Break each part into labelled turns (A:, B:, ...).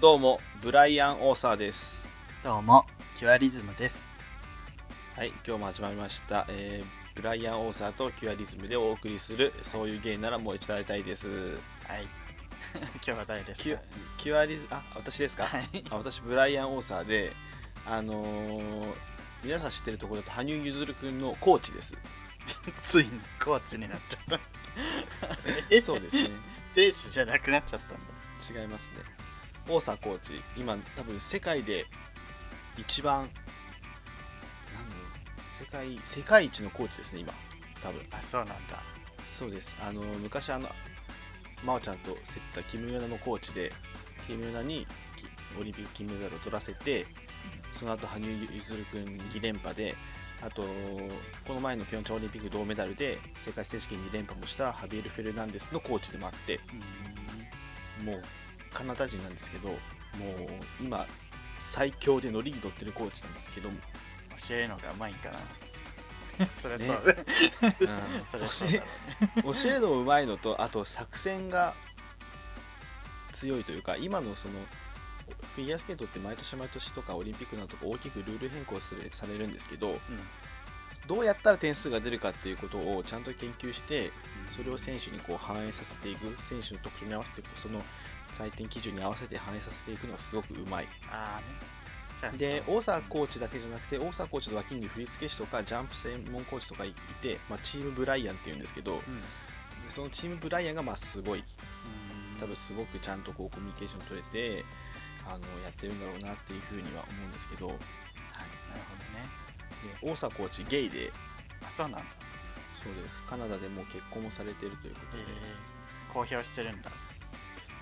A: どうも、ブライアン・オーサーです。
B: どうも、キュアリズムです。
A: はい、今日も始まりました。えーブライアン・オーサーとキュアリズムでお送りする、そういう芸ならもう一度会いたいです。
B: はい。 今日は誰です
A: キュ
B: か
A: キュアリズあ、私ですか、
B: はい。
A: あ私、ブライアン・オーサーで、あのー皆さん知ってるところだと、羽生結弦君のコーチ です。
B: ついにコーチになっちゃった。
A: えそうですね。
B: 選手じゃなくなっちゃったんだ。
A: 違いますね。オーサーコーチ、今、多分世界で一番、なんだろう、世界、世界一のコーチですね、今、多分。
B: あ、そうなんだ。
A: そうですあの昔あの真央ちゃんと競ったキム・ヨナのコーチでキム・ヨナにきオリンピック金メダルを取らせてその後羽生結弦君2連覇であとこの前のピョンチャンオリンピック銅メダルで世界選手権2連覇もしたハビエル・フェルナンデスのコーチでもあってもうカナダ人なんですけどもう今最強でノリに乗ってるコーチなんですけども、
B: 教えるのがうまいんか な。それそう。 それそうだろうね。
A: 教えるのもうまいのとあと作戦が強いというか今のそのフィギュアスケートって毎年毎年とかオリンピックなどとか大きくルール変更するされるんですけどどうやったら点数が出るかっていうことをちゃんと研究してそれを選手にこう反映させていく選手の特徴に合わせてこうその採点基準に合わせて反映させていくのがすごくうまい
B: ああね。
A: で大沢
B: ー
A: コーチだけじゃなくて大沢コーチの脇に振付師とかジャンプ専門コーチとかいて、まあ、チームブライアンっていうんですけど
B: チ。うん。
A: そのチームブライアンがまあすごい
B: うん
A: 多分すごくちゃんとこうコミュニケーション取れてあのやってるんだろうなっていうふうには思うんですけど、はい、
B: なるほどね。
A: で大佐コーチゲイで
B: あ、そうなんだ。
A: そうですカナダでもう結婚もされてるということ
B: え
A: で
B: ー、公表してるんだ。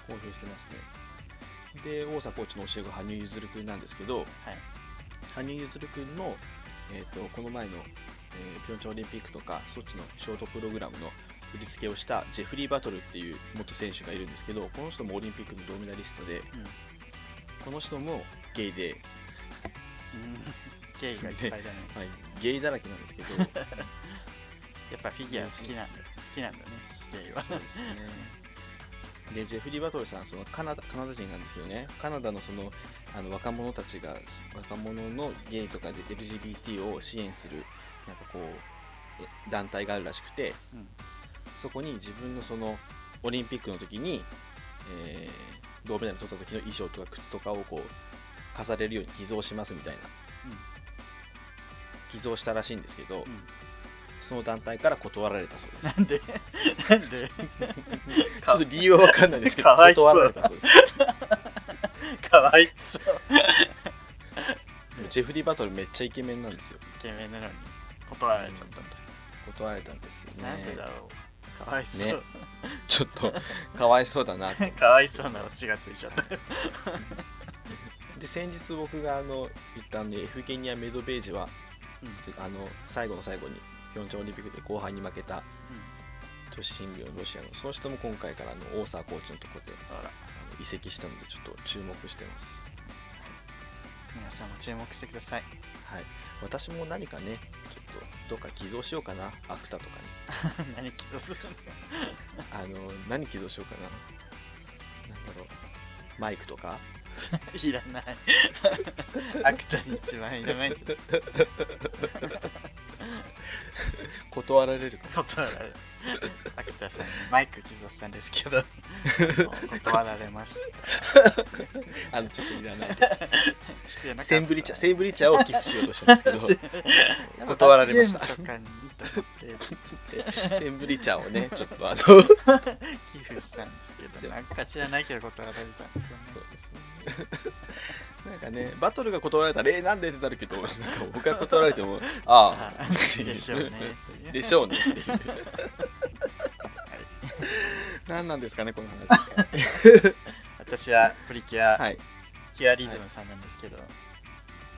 A: 公表してますねで大佐コーチの教え子羽生結弦君なんですけど
B: はい。
A: 羽生結弦君の、えー、とこの前の、えーピョンチャンオリンピックとかそっちのショートプログラムの振り付けをしたジェフリー・バトルっていう元選手がいるんですけどこの人もオリンピックの銅メダリストで
B: うん。
A: この人もゲイで
B: うんゲイがいっぱいだね。
A: はい、ゲイだらけなんですけど、
B: やっぱフィギュア好きなんだ。好きなんだね。ゲイは。
A: そうですね。で、ジェフリー・バトルさん、そのカナダカナダ人なんですよね。カナダのそのあの若者たちが、若者のゲイとかで LGBT を支援する、なんかこう、え団体があるらしくて、
B: うん。
A: そこに自分のそのオリンピックの時に、えー銅メダル取った時の衣装とか靴とかをこう飾れるように寄贈しますみたいな、
B: うん
A: 寄贈したらしいんですけど、
B: うん
A: その団体から断られたそうです。
B: なんでなんで
A: ちょっと理由は分かんないですけど、
B: かわいそう
A: 断られたそうです。
B: かわいそう。
A: ジェフリー・バトルめっちゃイケメンなんですよ。
B: イケメンなのに断られちゃったんだ。
A: 断られたんですよね。
B: なんでだろう。かわいそう。
A: ちょっとかわいそうだなと。
B: かわいそうなオチがついちゃった。
A: で、先日僕があの言ったんで、エフゲニア・メドベージは、
B: うん
A: あの最後の最後に、ピョンチャンオリンピックで後輩に負けた女子新聞のロシアの、その人も今回からあの大沢コーチのところで
B: ほら、
A: あの移籍したので、ちょっと注目してます。
B: 皆さんも注目してください。
A: はい、私も何かね、ちょっとどっか寄贈しようかな、アクタとかに。
B: 何起訴するの
A: あの何起動しようかななんだろうマイクとか
B: いらない。 アクタに一番いらないけど、
A: 断られるか
B: 断られる。アクタさんにマイク寄贈したんですけど、断られました。
A: なあのちょっといらないです
B: 必要なか った
A: センブリ茶センブリ茶を寄付しようとしたん ですけど断られました
B: 罰ゲームとかにと思って
A: センブリ茶をねちょっと あのそう
B: 寄付したんですけ ど、なんか知らないけど断られたんですよね。
A: です ねなんかねバトルが断られたら「えなんで?」ってなるけどなんか僕が断られても「ああ」ってい
B: でしょうね。
A: でしょう ねっていう何なんですかねこの話
B: 私はプリキュア、
A: はい
B: キュアリズムさんなんですけど、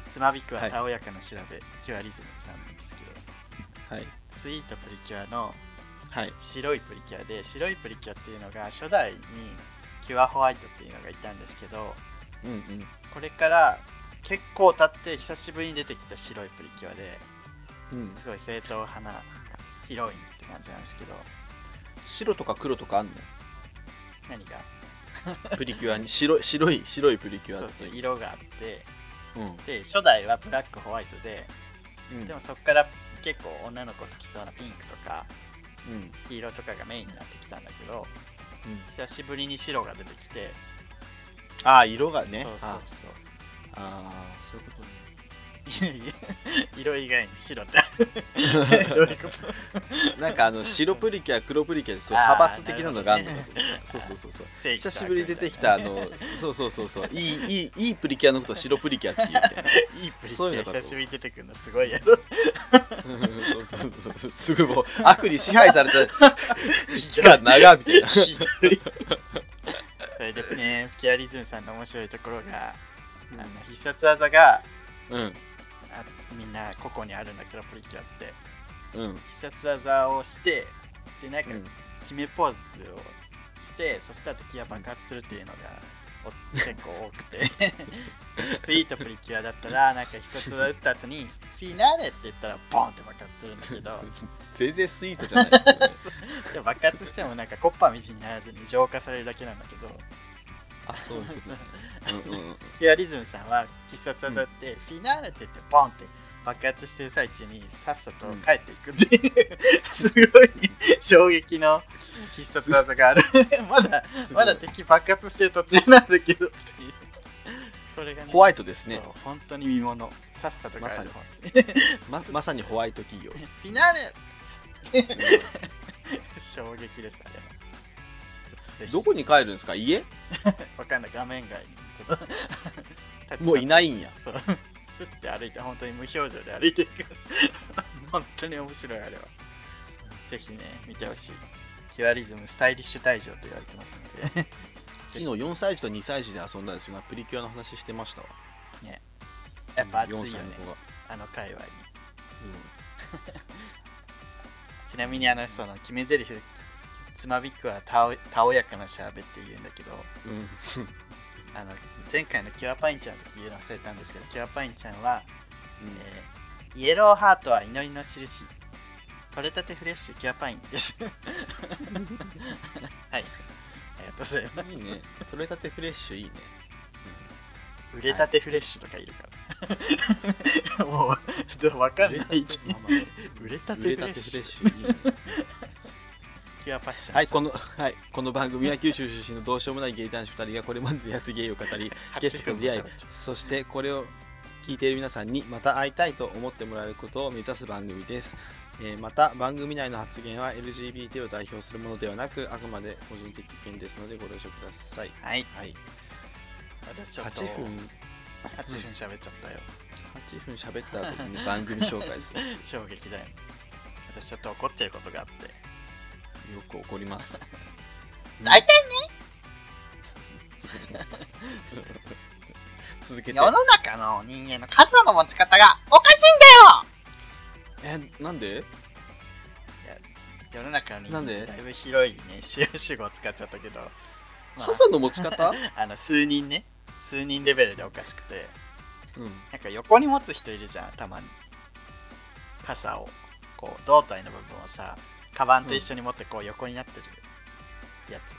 B: つまびくはたおやかな調べ、キュアリズムさんなんですけど、
A: はい
B: スイートプリキュアの
A: はい
B: 白いプリキュアで、白いプリキュアっていうのが初代にキュアホワイトっていうのがいたんですけど、
A: うんうん
B: これから結構経って久しぶりに出てきた白いプリキュアで、
A: うん、
B: すごい正統派なヒロインって感じなんですけど、
A: 白とか黒とかあんの
B: 何が
A: プリキュアに白い白い白いプリキュア
B: そうそう色があって
A: うん
B: で初代はブラックホワイトで
A: うん
B: でもそこから結構女の子好きそうなピンクとか
A: うんうん
B: 黄色とかがメインになってきたんだけど久しぶりに白が出てきて、
A: ああ色がね
B: そうそう
A: あ
B: そう
A: あーそういうことね
B: いやいや色以外に白って どういうこと
A: なんかあの白プリキュア黒プリキュアでそう
B: あー
A: 派閥的なのがあるのか
B: な
A: と
B: る
A: 思ったそうそうそうそう
B: 正義と
A: 久
B: 悪
A: しぶりに出てきたあ
B: みい
A: のそうそうそうそういいいいいいプリキュアのことを白プリキュアって言うみたいな
B: なねいいプリキ
A: そういうの
B: ュア
A: かと
B: 久しぶりに出てくるのすごいやろ
A: そうそうそうそうすぐもう悪に支配された期間長みたいな
B: ひどいそれでねキアリズムさんの面白いところが、あの必殺技が
A: うん
B: あみんな個々にあるんだけどプリキュアって
A: うん
B: 必殺技をしてでなんか
A: うん
B: 決めポーズをしてそしたら敵が爆発するっていうのがお結構多くてスイートプリキュアだったらなんか必殺技打った後にフィナーレって言ったらボンって爆発するんだけど
A: 全然スイートじゃないですけどね
B: でも爆発してもなんかコッパみじんにならずに浄化されるだけなんだけど
A: あそういうことねうんうんうん
B: フュアリズムさんは必殺技ってフィナーレって言ってボンって爆発してる最中にさっさと帰っていくっていう、すごい衝撃の必殺技があるまだ
A: すごい
B: まだ敵爆発してる途中なんだけどっていう。これがね、
A: ホワイトです
B: そう
A: ね
B: 本当に見もの。さっさと帰
A: ま
B: る。
A: さに
B: 本
A: ままさにホワイト企業
B: 当にフィナーレ衝撃ですあれは。ちょっとぜひ
A: どこに帰るんですか家
B: わかんない。画面外に。ちょっと立ち去って。
A: もういないんや
B: そう。スッて歩いて、本当に無表情で歩いていく。本当に面白いあれは。ぜひね、見てほしい。キュアリズムスタイリッシュ大賞と言われてますので。
A: 昨日4歳児と2歳児で遊んだんですがプリキュアの話してましたわ
B: やっぱ熱
A: うん
B: いよ
A: 4
B: ね
A: 歳の子。が
B: あの界隈に。ちなみにあのその決め台詞つまびっくはたおたおやかなシャーベって言うんだけど
A: うんうん
B: あの前回のキュアパインちゃんの時言うの忘れたんですけどキュアパインちゃんは、えーイエローハートは祈りの印取れたてフレッシュキュアパインです はいありがとうございます
A: うんいいね取れたてフレッシュいいね
B: 売れたてフレッシュとかいるから、もうどうわかんない
A: まあまあ
B: 売れたて
A: 売れ
B: フ
A: た
B: レ
A: て
B: ッ
A: フ
B: シ
A: レ
B: ュ
A: ッシュいいね
B: キュアパッション
A: はい、この、はい、この番組は九州出身のどうしようもない芸男子2人がこれまで出会った芸を語り、ゲストと出会い、そしてこれを聞いている皆さんにまた会いたいと思ってもらえることを目指す番組です。えーまた番組内の発言は LGBT を代表するものではなくあくまで個人的意見ですのでご了承ください。
B: はい
A: はい、
B: またちょっと
A: 8分
B: 8分喋っちゃったよ
A: 8分喋った後に番組紹介 する
B: 衝撃だよ私ちょっと怒ってることがあって
A: よく起こり ます。
B: 大体
A: 続けて。
B: 世の中の人間の傘の持ち方がおかし
A: えなんで
B: いんだよ世の中の人
A: なんで
B: 間だいぶ広いね主主語を使っちゃったけど、まあ、
A: 傘の持ち 方
B: あの数人ね数人レベルでおかしくて
A: うん
B: なんか横に持つ人いるじゃんたまに傘をこう胴体の部分をさカバンと一緒に持ってこう横になってるやつ、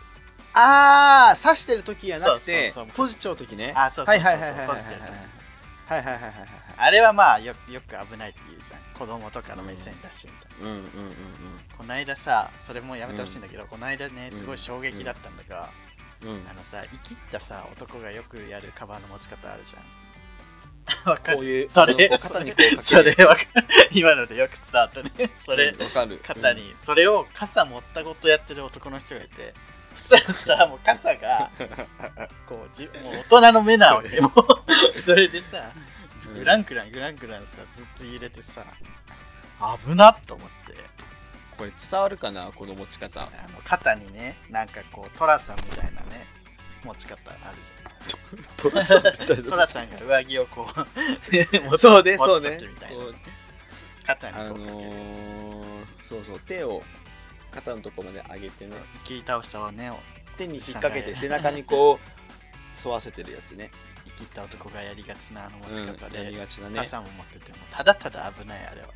A: ああ刺してる時やなくて
B: そうそうそう
A: 閉じちゃう時ね
B: あそうそうそうそう閉じてる時
A: はいはいはいはいはい
B: あれはまあよよく危ないって言うじゃん子供とかの目線だしみたいな、
A: うんうんうんうん
B: こないださそれもやめてほしいんだけど、こないだね
A: うん
B: すごい衝撃だったんだが、
A: うん
B: あのさ生きったさ男がよくやるカバンの持ち方ある じゃんわか
A: こう
B: る
A: いう
B: それ
A: あのこう肩にこうかける
B: それわかる 今のでよく伝わったねそれ、
A: うんわかる
B: 肩にそれを傘持ったことやってる男の人がい てそしたらさもう傘がこうじもう大人の目なわけもう それでさ
A: うん
B: グラングラングラングランさずっと揺れてさ危なっと思って
A: これ伝わるかなこの持ち方
B: あの肩にねなんかこうトラさんみたいなね持ち方ある
A: トラ
B: さん
A: みた
B: じゃん トラさんが上着をこう 持つ
A: そうね
B: 持
A: そう
B: つ
A: ね
B: 時みたいな
A: こう
B: 肩に
A: あ
B: こ
A: の
B: うかけるやつ
A: ーそうそう手を肩のとこまで上げて
B: そう
A: ね
B: 切り倒したをね
A: 手に引っ掛けて背中にこう沿わせてるやつね
B: 生きった男がやりがちなあの持ち方
A: うんや
B: で、
A: りがちだね
B: 傘も持っててもただただ危ないあれは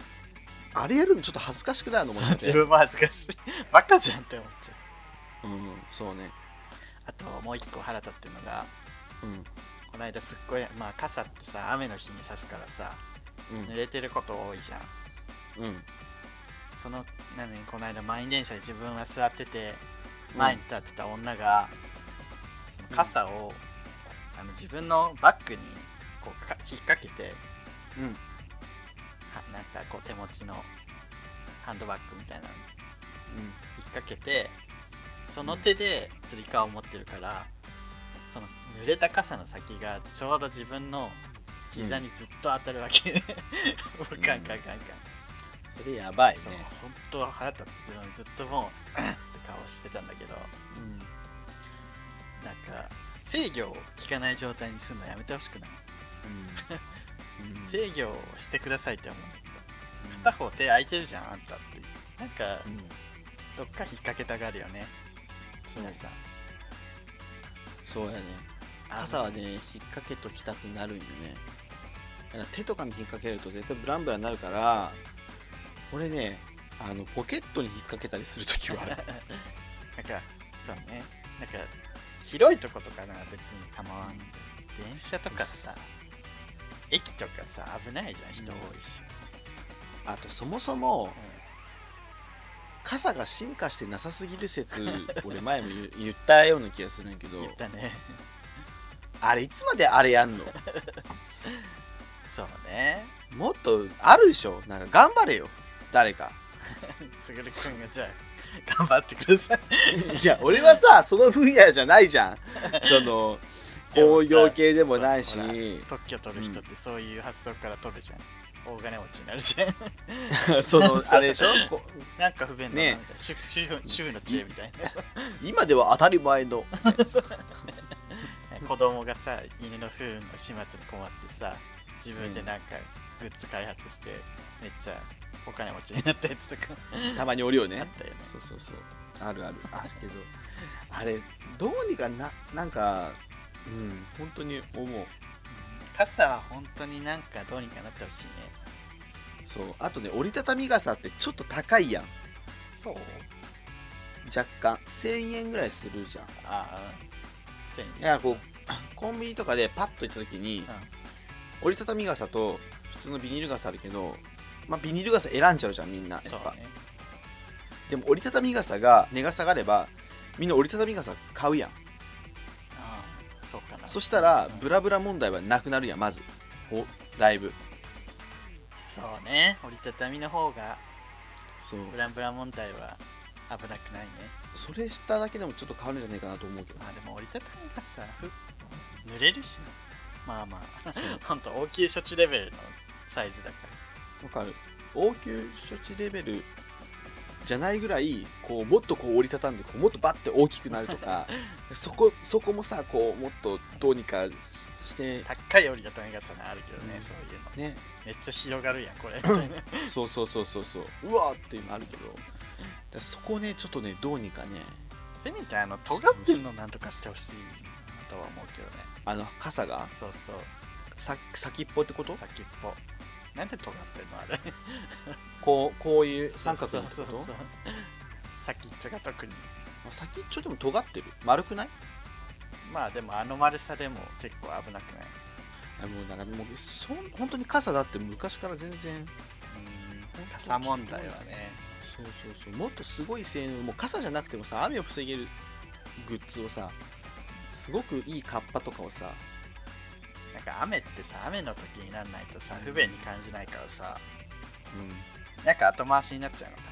A: あれやるのちょっと恥ずかしく ないの持
B: そう
A: ち
B: 自
A: 方
B: 分も恥ずかしいバカじゃんって思っちゃう
A: うんそうね
B: あともう一個腹立ってるのが
A: うん
B: この間すっごいまあ傘ってさ雨の日に差すからさ濡れてること多いじゃん
A: うんうん
B: そのなのにこの間満員電車で自分は座ってて前に立ってた女が、
A: うん
B: 傘をあの自分のバッグにこうか引っ掛けて
A: うん
B: はなんかこう手持ちのハンドバッグみたいなのに引っ掛けてその手でつり革を持ってるから、その濡れた傘の先がちょうど自分の膝にずっと当たる わけで、もうカンカンカンカン、
A: それやばいね
B: そう本当は腹立ってずっともう って顔してたんだけど
A: うん
B: なんか制御を聞かない状態にするのやめてほしくない、
A: うんう ん
B: 制御をしてくださいって思うんだけど
A: うん
B: 片方手空いてるじゃんあんたってなんか
A: うん
B: どっか引っ掛けたがるよね
A: そう
B: 皆さん
A: そうやね傘はね引っ掛けときたくなるんよねだから手とかに引っ掛けると絶対ブランブラになるから俺ねあのポケットに引っ掛けたりするときはある
B: なんかそうねなんか広いとことかなら別に構わんけど電車とかさ駅とかさ危ないじゃん人多いし、
A: あとそもそも
B: うん
A: 傘が進化してなさすぎる 説俺前も言う言ったような気がするんやけど
B: 言ったね
A: あれいつまであれやんの
B: そうね
A: もっとあるでしょなんか頑張れよ誰か
B: すぐるくんがじゃあ頑張ってください
A: いや俺はさその分野じゃないじゃ んその工業系でもないし
B: そうほら特許取る人ってそういう発想から取るじゃん、大金持ちになるじゃ ん
A: その
B: そう
A: あれでしょこ
B: なんか不便だなみたい
A: ね
B: な、主婦主婦の知恵みたい
A: 今では当たり前の
B: な そう子供がさ犬の糞の始末に困ってさ自分でなんかグッズ開発してめっちゃお金持ちになったやつとか
A: たまにおるよね
B: あったよね
A: そうそうそうあるあるあるけどあれどうにかななんかうん本当に思う
B: 傘は本当になんかどうにかなってほしいね
A: そうあとね折りたたみ傘ってちょっと高いやん
B: そう
A: 若干1000円ぐらいするじゃん
B: ああせん
A: いやこう コンビニとかでパッと行った時に、折りたたみ傘と普通のビニール傘あるけど、まあ、ビニール傘選んじゃうじゃんみんなやっ
B: そう
A: ぱ、
B: ね
A: でも折りたたみ傘が値が下がればみんな折りたたみ傘買うやん
B: ああそうかな
A: そしたら
B: うん
A: ブラブラ問題はなくなるやんまずおだいぶ
B: そうね折りたたみの方が
A: そう
B: ブランブラン問題は危なくないね
A: それしただけでもちょっと変わるんじゃないかなと思うけど
B: まあでも折りたたみがさふ濡れるしなまあまあ ほんと応急処置レベルのサイズだか
A: わかる応急処置レベルじゃないぐらいこうもっとこう折りたたんでこうもっとバッて大きくなると かそこそこもさこうもっとどうにかしして
B: ら高い折りたたみ傘があるけどね、
A: うん
B: そういうの
A: ね
B: めっちゃ広がるやんこれみたいな
A: そうそうそうそうそううわーっていうのあるけどだからそこねちょっとねどうにかね
B: せめてあの尖ってるのなんとかしてほしいなとは思うけどね
A: あの傘が
B: そうそう
A: さ先っぽってこと
B: 先っぽなんで尖ってるのあれ
A: こうこういう三角
B: そ
A: の
B: う
A: こと
B: そうそうそう先っちょが特に
A: 先っちょでも尖ってる丸くない
B: まあでもあの丸さでも結構危なくない
A: あもうなんかもうそん本当に傘だって昔から全然
B: うん傘問題はね
A: そうそうそうもっとすごい性能もう傘じゃなくてもさ雨を防げるグッズをさすごくいいカッパとかをさ
B: なんか雨ってさ雨の時になんないとさ不便に感じないからさ
A: う
B: なんか後回しになっちゃうのか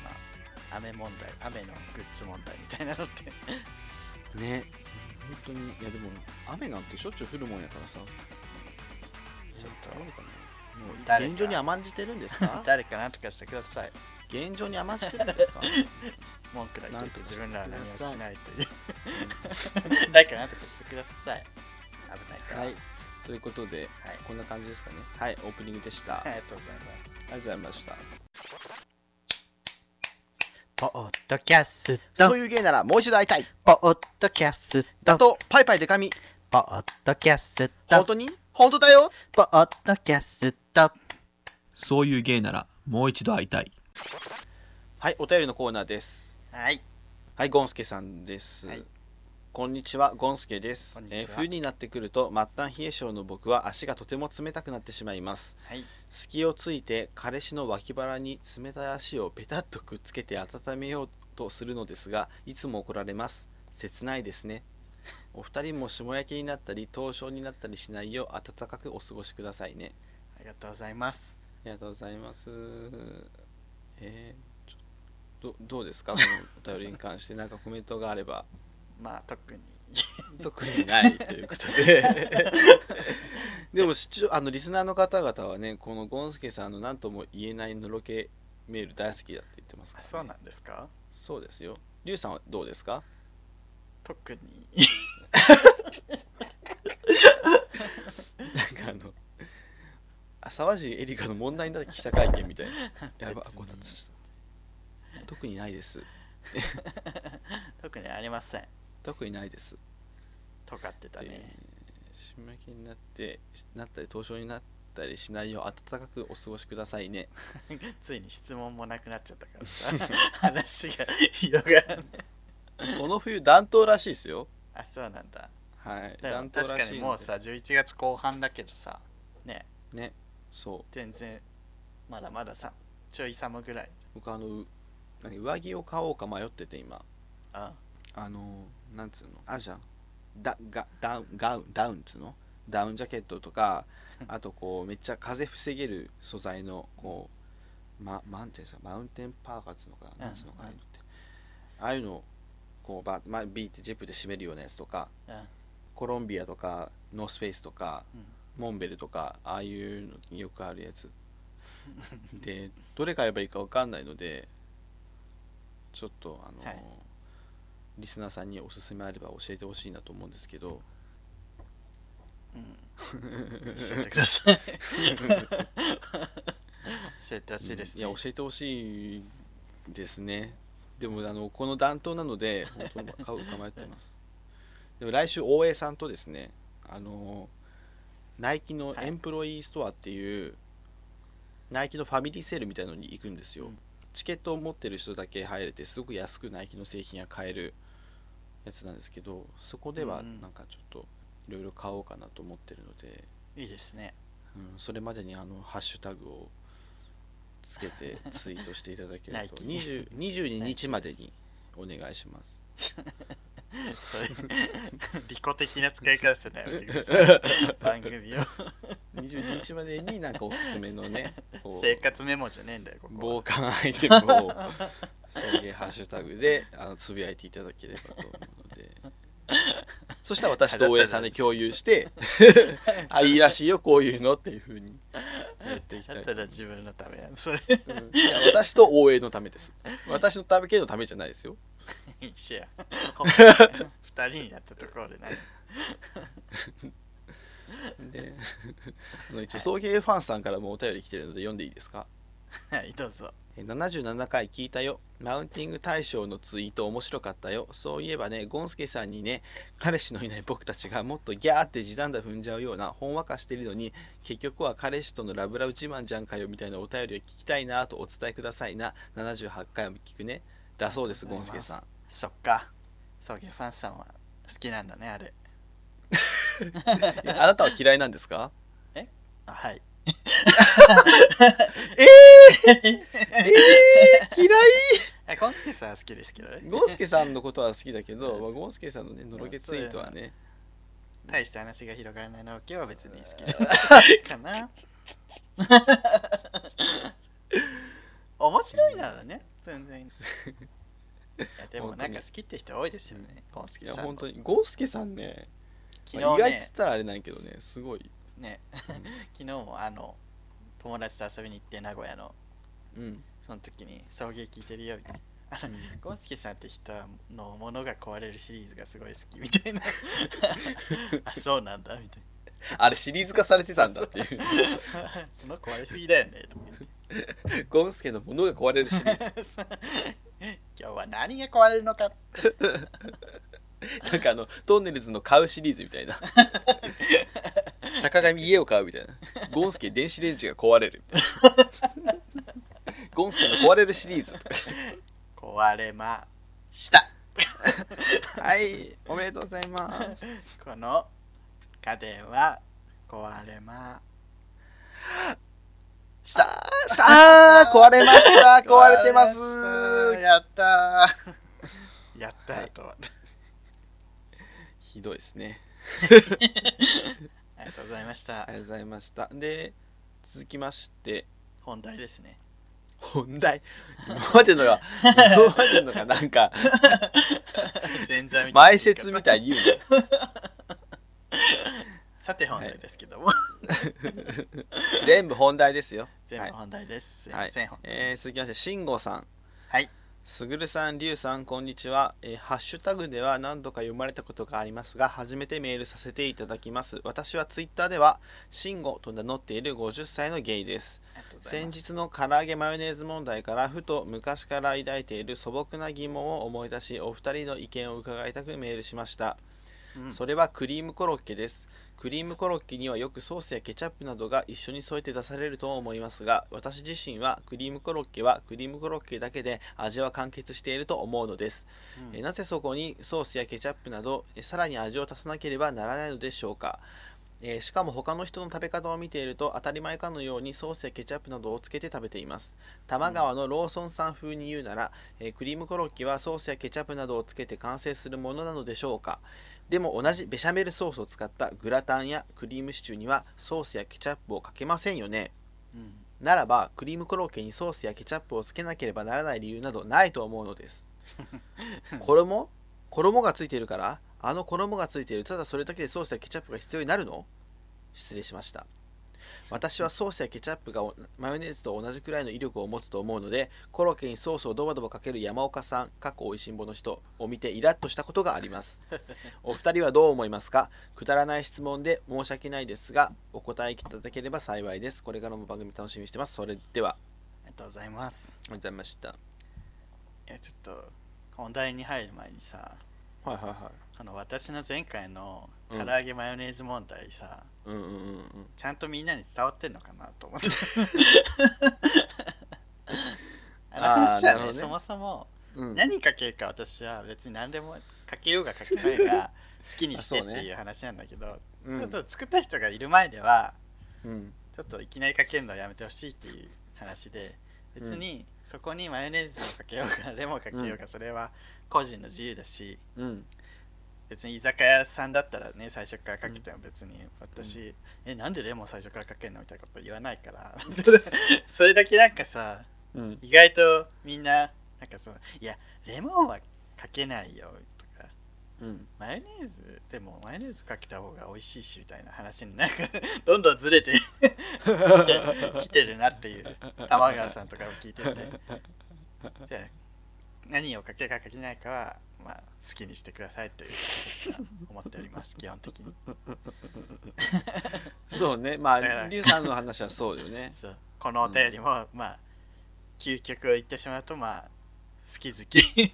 B: な雨問題雨のグッズ問題みたいなのって
A: んね本当にいやでも雨なんてしょっちゅう降るもんやからさ
B: ちょっと
A: どうにかねもう
B: 誰か
A: 現状に甘んじてるん ですか
B: 誰かなんとかしてください
A: 現状に甘んじてるんですか、
B: 文句だけ言って自分らは何もしないという
A: う
B: 誰かなんとかしてください危ないか
A: ん
B: ら
A: は
B: はい
A: い、ということで
B: はい
A: こんな感じですかねはいオープニングでした
B: ありがとうございます
A: ありがとうございました
B: ポッドキャス
A: そういう芸ならもう一度会いたい
B: ポッドキャス
A: だとパイパイでかみ
B: ポッドキャス
A: 本当に本当だよ
B: ポッドキャスト
A: そういう芸ならもう一度会いたいはいお便りのコーナーです
B: はい
A: はいゴンスケさんです、
B: はい
A: こんにちは、ゴンスケです
B: こん。に
A: え
B: ち
A: ー
B: は
A: 冬になってくると末端冷え性の僕は足がとても冷たくなってしまいます。
B: はい。
A: 隙をついて彼氏の脇腹に冷たい足をペタッとくっつけて温めようとするのですが、いつも怒られます。切ないですね。お二人も霜焼けになったり凍傷になったりしないよう暖かくお過ごしくださいね。
B: ありがとうございます。
A: ありがとうございます。えー、ちょどどうですかこのお便りに関して何かコメントがあれば。
B: まあ、特に。
A: 特にないということ ででも視聴あのリスナーの方々はねこのゴンスケさんの何とも言えないのろけメール大好きだって言ってますか
B: あ
A: ら、ね、
B: そうなんですか
A: そうですよリュウさんはどうですか
B: 特に。
A: なんかあのあ沢尻エリカの問題になった記者会見みたい なやば
B: 別に
A: ごたつした特にないです
B: 特にありません。
A: 特にないです
B: とかってた
A: で
B: ね。
A: 締め切りになってしなったり凍傷になったりしないよう暖かくお過ごしくださいね
B: ついに質問もなくなっちゃったからさ。 話が広がらない。
A: この冬暖冬らしいですよ
B: あ、そうなんだ。
A: はい、
B: でも
A: 暖冬
B: 確
A: らしいの
B: か
A: で
B: にもうさ、11月後半だけどさ、ね、
A: ねそう
B: 全然、まだまださ、ちょい寒ぐらい。
A: 僕あのう何上着を買おうか迷ってて今
B: あ
A: あのなんつうのあるじゃんだがダウンガウンダウンっつうのダウンジャケットと かあとこうめっちゃ風防げる素材のこう、ま、マウンテンさマウンテンパーカーっつうのか
B: ん
A: ななんつうのかな
B: う
A: ああ
B: ん
A: いうのってああいうのをこうバ、まビーってジップで締めるようなやつとか
B: うん
A: コロンビアとかノースフェイスとかモンベルとかああいうのによくあるやつでどれ買えばいいか分かんないのでちょっとあの、
B: はい
A: リスナーさんにおすすめあれば教えてほしいなと思うんですけ ど
B: うん。うん。教えてくだ さい。教えてほしいです、ね。
A: うんいや教えてほしいですねでもあのこの暖冬なので本当に買う構えてます でも来週大江さんとですねあのナイキのエンプロイーストアっていう、ナイキのファミリーセールみたいのに行くんですよ、
B: うん
A: チケットを持ってる人だけ入れてすごく安くナイキの製品が買えるやつなんですけどそこでは
B: うんうん
A: なんかちょっといろいろ買おうかなと思ってるので、
B: いいですね。
A: うん、それまでにあのハッシュタグをつけてツイートしていただけ
B: ナ
A: る
B: イ
A: と
B: キ
A: 20 22日までにお願いします。
B: それ、 利己的な使い方するのやめてくださ い。番組を。
A: 22日までになんかおすすめのね、こ
B: 生
A: う
B: 活メモじゃねえんだよ、ここ
A: 防
B: は。
A: 寒アイテムを送迎ハッシュタグであのつぶやいていただければと思うので。そしたら私と大江さんで共有して、あ、いいらしいよ、こういうのっていうふうにやっていきた
B: だ
A: い
B: っ
A: と思
B: たら
A: います。
B: 自分のためやん。それ、
A: うんいや私と応援のためです。私のためけのためじゃないですよ。
B: 一緒や。2人になったところでない。
A: で あの一応送迎ファンさんからもお便り来てるので読んでいいですか
B: はい、どうぞ。
A: えー77回聞いたよマウンティング大賞のツイート面白かったよそういえばねゴンスケさんにね彼氏のいない僕たちがもっとギャーって地団だ踏んじゃうようなほんわかしてるのに結局は彼氏とのラブラブ自慢じゃんかよみたいなお便りを聞きたいなとお伝えくださいな78回も聞くねだそうです
B: あり
A: ゴ
B: が
A: ン
B: と
A: ス
B: うござい
A: ケ
B: ます
A: さん
B: そっか。送迎ファンさんは好きなんだね、あれ。
A: いやあなたは嫌いなんですか
B: あはい。
A: え ー、嫌い
B: え、コンスケさんは好きですけどね。
A: ゴンスケさんのことは好きだけ ど、まあ、ゴンスケさんのねのろけツイートはね
B: 大した話が広がらないの今日は別に好きじゃ ないかな。面白いならね、全然いいんです。いやでもなんか好きって人多いですよね、コンス
A: い
B: ケ
A: や
B: さんの。
A: 本当にゴンスケさんね
B: 昨
A: まあ
B: 日
A: 意外っつ
B: ね
A: っ、たらあれなんやけどねすごい、
B: ね 昨日もあの友達と遊びに行って名古屋の
A: うん、
B: その時に送迎聞いてるよみたいな。あのゴンスケさんって人のものが壊れるシリーズがすごい好きみ たいな。あ、そうなんだみたい
A: あれシリーズ化されてたんだっていう
B: な。もの壊れすぎだよねとか
A: ゴンスケのものが壊れるシリー
B: 言って。そう今日は何が壊れるのか
A: ズなんかあのトンネルズの買うシリーズみた いな坂上家を買うみたいなゴンスケ電子レンジが壊れるみた いなゴンスケの壊れるシリーズとか
B: 壊れました。
A: はい、おめでとうございます。
B: この家電は壊れました
A: あー、壊れました壊れてます
B: やった ーやった
A: はい
B: ーと、
A: ひどいですね。
B: ありがとうございました、
A: ありがとうございました。で、続きまして、
B: 本題ですね
A: 本題。今までのが、今までのがなん か、
B: 前座みたいな言い方
A: 前説みたいに言う
B: さて本題ですけども、
A: の。全部本題ですよ。
B: 全部本題です、
A: はい
B: すいません本題
A: えー、続きまして、しんごさん。
B: はい。
A: すぐるさん、りゅうさん、こんにちは、えーハッシュタグでは何度か読まれたことがありますが、初めてメールさせていただきます。私はツイッターでは、しんごと名乗っている50歳のゲイです。
B: ありがとうござい
A: 先
B: ます
A: 日の唐揚げマヨネーズ問題からふと昔から抱いている素朴な疑問を思い出しお二人の意見を伺いたくメールしました、
B: うん
A: それはクリームコロッケですクリームコロッケにはよくソースやケチャップなどが一緒に添えて出されると思いますが私自身はクリームコロッケはクリームコロッケだけで味は完結していると思うのです、
B: うん
A: えなぜそこにソースやケチャップなどえさらに味を足さなければならないのでしょうかえーしかも他の人の食べ方を見ていると当たり前かのようにソースやケチャップなどをつけて食べています多摩川のローソンさん風に言うなら、えークリームコロッケはソースやケチャップなどをつけて完成するものなのでしょうかでも同じベシャメルソースを使ったグラタンやクリームシチューにはソースやケチャップをかけませんよね
B: うん
A: ならばクリームコロッケにソースやケチャップをつけなければならない理由などないと思うのです衣衣がついているからあの衣がついているただそれだけでソースやケチャップが必要になるの失礼しました私はソースやケチャップがおマヨネーズと同じくらいの威力を持つと思うのでコロッケにソースをドバドバかける山岡さんかっこおいしんぼの人を見てイラッとしたことがありますお二人はどう思いますかくだらない質問で申し訳ないですがお答えいただければ幸いですこれからも番組楽しみにしてますそれでは
B: ありがとうございます
A: ありがとうございました
B: いやちょっと本題に入る前にさ
A: はいはいはい
B: あの私の前回の
A: う
B: 唐
A: ん
B: 揚げマヨネーズ問題さ、
A: うんうんうん
B: ちゃんとみんなに伝わってんのかな と思ってあの話
A: あーなる
B: は
A: ほ
B: ね
A: どね
B: そもそも
A: うんうん
B: 何かけるか私は別に何でもかけようがかけまいが好きにしてって
A: あそう
B: い
A: ね
B: う話なんだけど、
A: うん
B: ちょっと作った人がいる前では
A: うん
B: ちょっといきなりかけるのはやめてほしいっていう話で別にそこにマヨネーズをかけようがレモンかけようがそれは個人の自由だし、
A: うん
B: 別に居酒屋さんだったらね最初からかけても別に私、えなんでレモン最初からかけんのみたいなこと言わないから それだけなんかさ
A: うん
B: 意外とみんななんかそのいやレモンはかけないよとか
A: うん
B: マヨネーズでもマヨネーズかけた方が美味しいしみたいな話になんか どんどんずれて きてるなっていう玉川さんとかを聞いててじゃあ何をかけるかかけないかは、まあ、好きにしてくださいという私は思ってお ります基本的に
A: そうねま
B: だか
A: あ
B: ら
A: リュウさんの話はそうよね
B: そうこのお便りも、まあ究極を言ってしまうとまあ好き 好き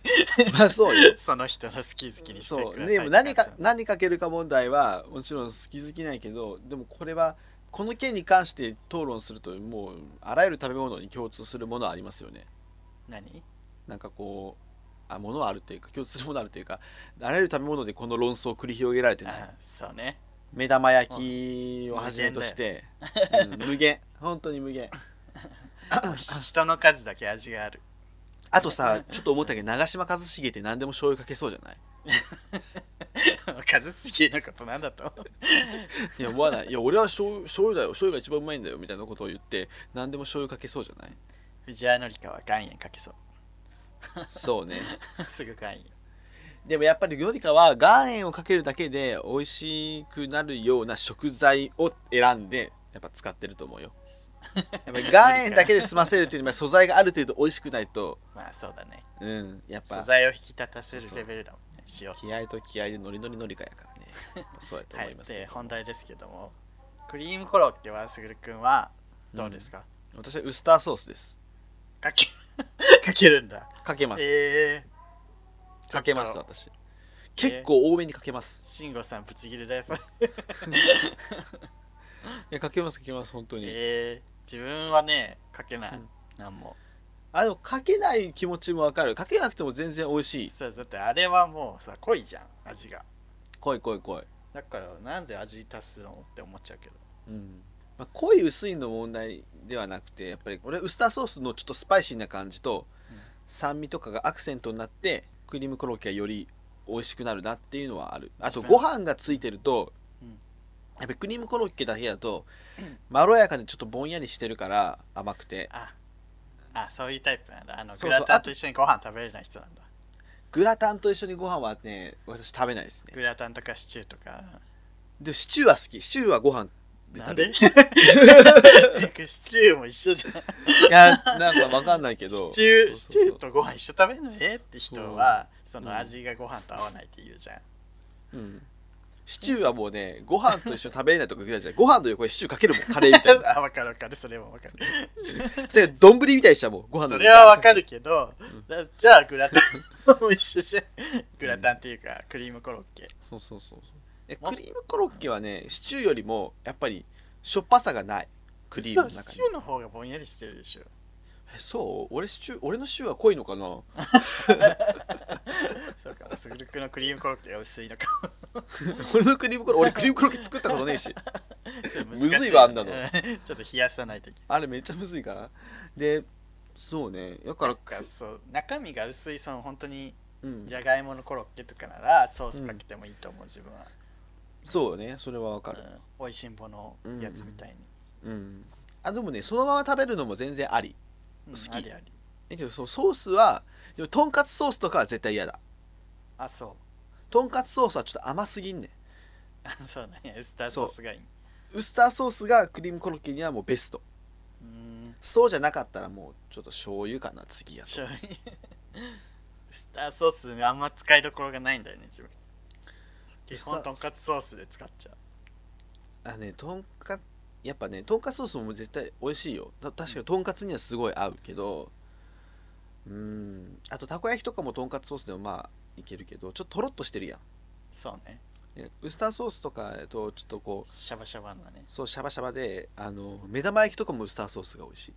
A: まあそうよ
B: その人の好き好きにしてくだ
A: そう
B: さいって
A: ね
B: 感じ
A: でも何か何かけるか問題はもちろん好き好きないけどでもこれはこの件に関して討論するともうあらゆる食べ物に共通するものはありますよね
B: 何
A: なんかこうあものはあるというか共通するものあるというかあらゆる食べ物でこの論争を繰り広げられてない
B: あそうね
A: 目玉焼きをはじめとしてうん無限,、本当に無限
B: 人の数だけ味があ る
A: あとさちょっと思ったけど長嶋一茂って何でも醤油かけそうじゃない
B: 一茂のことなん だと
A: いや思わないいや俺は醤油醤油だよ醤油が一番うまいんだよみたいなことを言って何でも醤油かけそうじゃない
B: 藤原紀香は岩塩かけそう
A: そうね
B: すぐ岩塩
A: でもやっぱりのりかは岩塩をかけるだけで美味しくなるような食材を選んでやっぱ使ってると思うよやっぱり岩塩だけで済ませるっていうのは素材がある程度美味しくないと
B: まあそうだね
A: うんやっ
B: 素
A: ぱ
B: 材を引き立たせるレベルだもんね塩
A: 気合と気合でノリノリノリかやから ねやっぱそうやと
B: は
A: 思
B: い
A: いますけど
B: で本題ですけどもクリームコロッケはすぐるくんはどうですか、
A: 私はウスターソースです
B: かけ かけるんだ
A: かけます
B: えー、
A: かけます
B: ちょっと
A: 私結構多めにかけます
B: 慎吾さんブチギレだよそれ
A: いやかけますかけます本当に
B: えー、自分はねかけない、
A: うん
B: なんも
A: あでもかけない気持ちもわかるかけなくても全然美味しい
B: そうだってあれはもうさ濃いじゃん味が
A: 濃い濃い濃い、
B: だからなんで味足すのって思っちゃうけど
A: うんまあ、濃い薄いの問題ではなくてやっぱり俺ウスターソースのちょっとスパイシーな感じと、
B: うん
A: 酸味とかがアクセントになってクリームコロッケがより美味しくなるなっていうのはあるあと
B: 確か
A: ご
B: に
A: 飯がついてると、
B: うん
A: やっぱりクリームコロッケだけだと、
B: うん
A: まろやかでちょっとぼんやりしてるから甘くて
B: ああそういうタイプなんだあの
A: そうそう
B: グラタ
A: あ
B: ン
A: と
B: と一緒にご飯食べれない人なんだ
A: グラタンと一緒にご飯はね私食べないですね
B: グラタンとかシチューとか
A: でもシチューは好きシチューはご飯で
B: な
A: 食
B: ん
A: べ
B: で
A: る
B: シチューも一緒じゃん
A: いやなんかわかんないけど
B: シチューシチ
A: そうそうそう
B: ューとご飯一緒食べるのえって人はその味がご飯と合わないって言うじゃん、
A: うんシチューはもうね、ご飯と一緒に食べれないとかぐらいじゃない。ご飯の横にシチューかけるもん、カレーみたいな。
B: あ分かる分かるそれも分かる
A: で、丼みたいにしたらもう、ご飯の
B: そ
A: 横
B: れは分かるけど、
A: ん
B: だじゃあグラタンも一緒じゃんグラタンっていうかクリームコロッケ
A: そうそうそうそう。え
B: も
A: クリームコロッケはね、シチューよりも、やっぱり、しょっぱさがない。クリームの
B: そうシ
A: 中
B: チ
A: に。
B: ューの方がぼんやりしてるでしょ
A: えそう俺シチュー、俺のシチューは濃いのかな
B: そうかスグルクのクリームコロッケが薄いのか
A: 俺のクリームコロッケ、俺クリームコロッケ作ったことねえし。
B: ちょっと難
A: むずいわあんなの
B: うんちょっと冷やさないといけ
A: あれめっちゃむずいから。で、そうね。だか
B: な
A: ら
B: い。かそう中身が薄いその本当に
A: うん
B: じ。ゃがいものコロッケとかならソースかけてもいいと思う、自分は、
A: そうね。それはわか
B: う
A: る。
B: ん、おいしんぼのやつみたいに、
A: うん。あ、でもね、そのまま食べるのも全然あり。
B: うん
A: 好き
B: ありあり
A: えけどそうソースはでもとんかつソースとかは絶対嫌だ
B: あそう
A: とんかつソースはちょっと甘すぎんね
B: あそう ねウスターソースがいいうん
A: ウスターソースがクリームコロッケにはもうベスト
B: ーん
A: そうじゃなかったらもうちょっと醤油かな次やと
B: 醤油ウスターソースあんま使いどころがないんだよね自分基本とんかつソースで使っちゃう
A: あねとんかやっぱねとんかつソースも絶対美味しいよた確かにとんかつにはすごい合うけどうんあとたこ焼きとかもとんかつソースでもまあいけるけどちょっととろっとしてるや
B: そうね
A: んねウスターソースとかだとちょっとこう
B: シャバシャバのね
A: そうシャバシャバであの目玉焼きとかもウスターソースが美味しい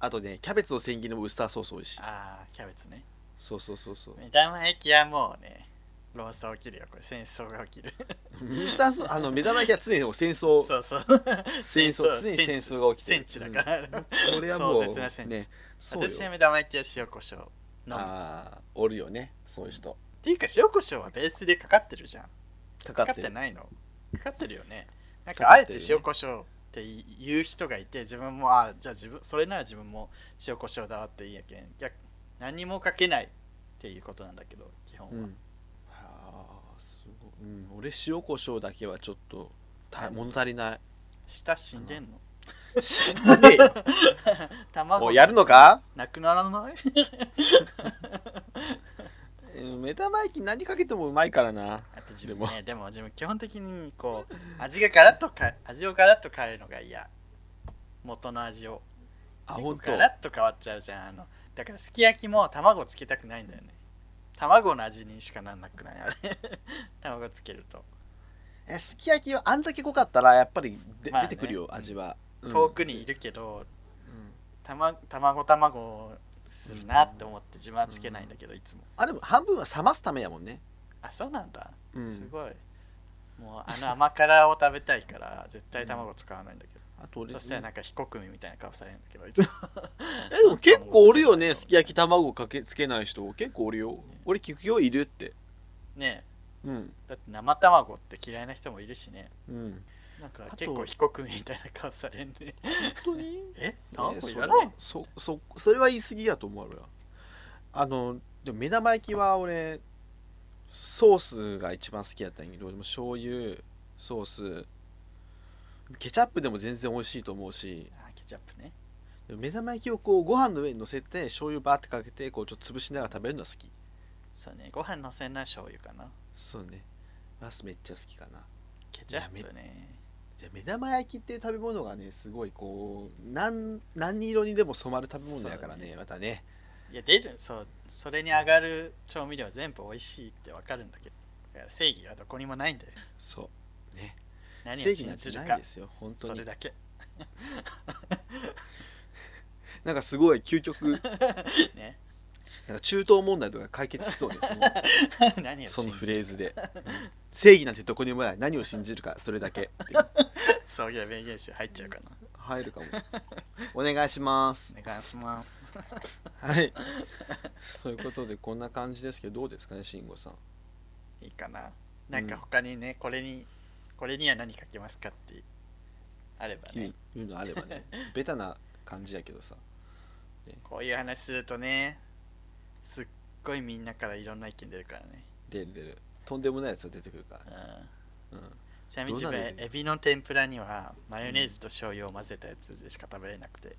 A: あとねキャベツの千切りもウスターソース美味しい
B: ああキャベツね
A: そうそうそうそう
B: 目玉焼きはもうね論争起きるよこれ戦争が起きる
A: ウスターソース あの目玉焼きは常にもう戦
B: そ
A: 争
B: うそう
A: 戦争常に戦争が起きてる
B: 戦地だから、
A: これはもう
B: 壮絶な戦地
A: ねそうよ
B: 私の目玉焼きは塩コショウのみっ
A: ああおるよねそういう人
B: ていうか塩コショウはベースでかかってるじゃん
A: かか
B: かか
A: っ
B: ってて
A: る
B: ないのかかってるよねなん
A: か
B: か
A: か
B: あ
A: っ
B: え
A: てる
B: て
A: ね
B: 塩コショウって言う人がいて自分もあじゃあ自分それなら自分も塩コショウだわっていいやけん逆何もかけないっていうことなんだけど基本は、
A: うんあーすごいうん俺塩コショウだけはちょっとた物足りない
B: 舌死んでんの
A: 死んでよ
B: 卵
A: もうやるのか
B: なくな らない
A: えー目玉焼き何かけてもうまいからな
B: あと自
A: で
B: 分
A: も
B: ね、でも自分基本的にこう味がガラッとか味をガラッと変えるのが嫌。元の味を。
A: あ
B: 結
A: ほ
B: 構
A: んと
B: ガラッと変わっちゃうじゃん。あのだからすき焼きも卵つけたくないんだよね。卵の味にしかなんなくないあれ。 卵つけると。
A: えすき焼きはあんだけ濃かったらやっぱりで、
B: まあ
A: 出て
B: ね
A: くるよ味は、うん
B: 遠くにいるけど、たま、卵卵するなって思って自分はつけないんだけど、いつも。
A: あでも半分は冷ますためやもんね、
B: あ、そうなんだ。
A: うん
B: すごい。もうあの甘辛を食べたいから絶対卵使わないんだけど。
A: あと俺
B: そしたらなんか非国民みたいな顔されるんだけど、いつも。
A: えでも結構おるよねすき焼き卵かけつけない人結構おるよ俺聞くよいるって
B: ね
A: うん
B: えだって生卵って嫌いな人もいるしね。
A: うん
B: なんか
A: あと
B: 結構非国民みたいな顔されんで、
A: 本当に
B: え
A: え
B: 卵
A: そ
B: い
A: れ
B: らない
A: はそそそれは言い過ぎやと思うよあのでも目玉焼きは俺ソースが一番好きやったんやけどでも醤油ソースケチャップでも全然美味しいと思うし
B: あケチャップね。
A: でも目玉焼きをこうご飯の上に乗せて醤油バーってかけてこうちょっと潰しながら食べるのは好き
B: そうね、ご飯のせんな醤油かな。
A: そうねマスめっちゃ好きかな
B: ケチャップね。
A: じゃあ目玉焼きって食べ物がねすごいこうなん何色にでも染まる食べ物やからね
B: そう
A: またね
B: いや、出る、そう、それに上がる調味料全部美味しいってわかるんだけど、だから正義はどこにもないんだよ。
A: そうね
B: 何
A: 正
B: を
A: 義
B: 信
A: なん
B: じ
A: て
B: る
A: ない
B: か
A: で、すよ本当
B: そ
A: に
B: れだけ。
A: なんかすごい究極
B: ね
A: なんか中東問題とか解決しそうですね
B: 何を
A: そ
B: 信
A: の
B: じ
A: フ
B: る
A: レーズで正義なんてどこにもない何を信じるかそれだ け
B: そういう名言集入っちゃうかな
A: 入るかもお願いします
B: お願いします
A: はい そういうことでこんな感じですけどどうですかね慎吾さん
B: いいかななんか他にね、これにこれには何書きますかってあればね、
A: 言う言うのあれば ねベタな感じやけどさ
B: こういう話するとねすっごいみんなからいろんな意見出るからね、
A: 出る出るとんでもないやつが出てくるか
B: うん、
A: ら、うん、
B: ちなみに自
A: どう
B: 分
A: なる
B: エビの天ぷらにはマヨネーズと醤油を混ぜたやつでしか食べれなくて、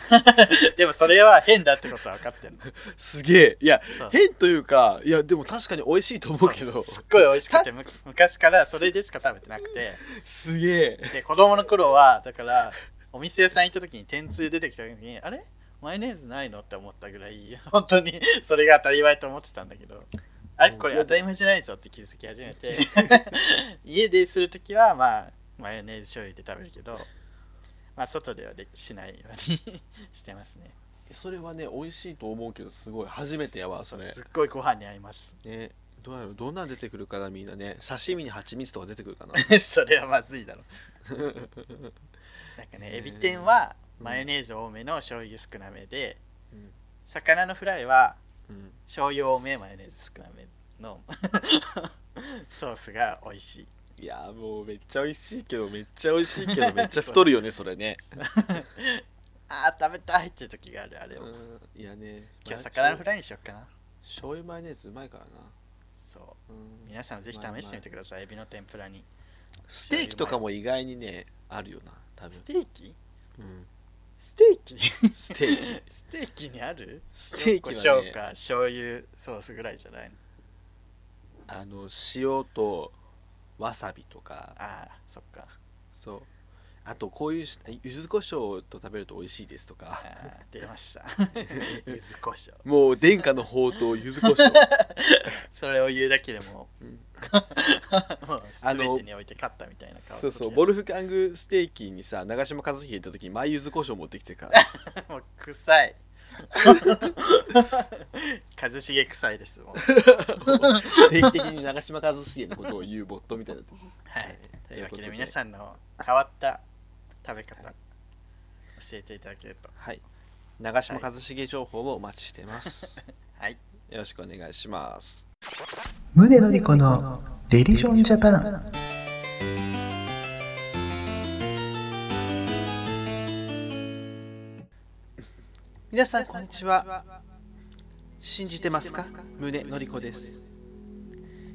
B: でもそれは変だってことは分かってるの
A: すげえいや
B: そう
A: 変というかいやでも確かに美味しいと思うけ
B: そ
A: ど
B: うすっごい美味しくてむ昔からそれでしか食べてなくて
A: すげえ
B: で子供の頃はだからお店屋さん行った時に天つゆ出てきた時にあれマヨネーズないのって思ったぐらい本当にそれが当たり前と思ってたんだけどあれこれ当たり前じゃないぞって気づき始 めて家でする時はまあマヨネーズ醤油で食べるけどまあ外ではでしないように してますね
A: それはね美味しいと思うけどすごい初めてやわそれ
B: すっごいご飯に合います
A: ねどうやろうどんなん出てくるからみんな ね刺身に蜂蜜とか出てくる かな
B: それはまずいだろなんかねエビ天は
A: うん
B: マヨネーズ多めの醤油少なめで
A: うん
B: 魚のフライは
A: うん
B: 醤油多めマヨネーズ少なめの ソースが美味しい
A: いやーもうめっちゃ美味しいけどめっちゃ美味しいけどめっちゃ太るよねそれね
B: あー食べたいっていう時があるあれを
A: うんいやね
B: 今日魚のフ
A: イ
B: ライにしよっかな
A: 醤油マヨネーズうまいからな、
B: そう
A: うん
B: 皆さんぜひ試してみてくださいエビの天ぷらに
A: ステーキとかも意外にねあるよな多分
B: ステーキ
A: うん
B: ステーキ
A: ステーキ
B: ステーキにある
A: ステー
B: 胡
A: キは
B: 椒
A: ね
B: か醤油ソースぐらいじゃないの
A: あの塩とわさびとか
B: ああそっか
A: そうあとこういうし柚子胡椒と食べると美味しいですと
B: あ
A: か
B: ー 出ました柚子胡椒
A: もう殿下の宝刀柚子胡椒
B: それを言うだけでも
A: うん
B: う もう
A: あの
B: 全てにおいて勝ったみたいな顔
A: そうそう
B: ボ
A: ボ
B: ル
A: ルフガングステーキにさ長嶋一茂行った時にマイ柚子胡椒持ってきてから
B: もう 臭い。一茂臭いですもん。は
A: 定期的に長嶋一茂のことを言うボットみたいな
B: い。とい
A: とい
B: うわけ
A: うこと
B: で
A: で
B: 皆さんの変わった食べ方、
A: は
B: 教
A: い
B: えていただけると。
A: はい長嶋一茂情報をお待ちしてます、
B: はい。
A: よろしくお願いします
C: 胸のりこのレディションジャパン
A: 皆さんこんにちは信じてますか宗のりこです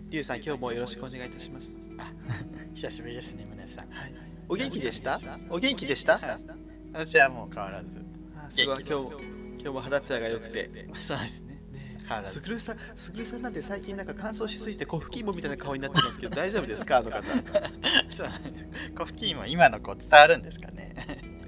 A: りゅうさん今日もよろしくお願いいたします
B: 久しぶりですね、皆さん。はい。
A: お元気でしたお元気でした
B: 私はもう変わらず。
A: あすごい
B: 元気です
A: 今日今日も肌ツヤが良くて
B: まあそうですね。変わら
A: す
B: ず。
A: ぐるさんすぐるさんなんて最近なんか乾燥しすぎてコフキンボみたいな顔になってますけど大丈夫ですかあの方
B: そうなんです。コフキーも今の子伝わるんですかね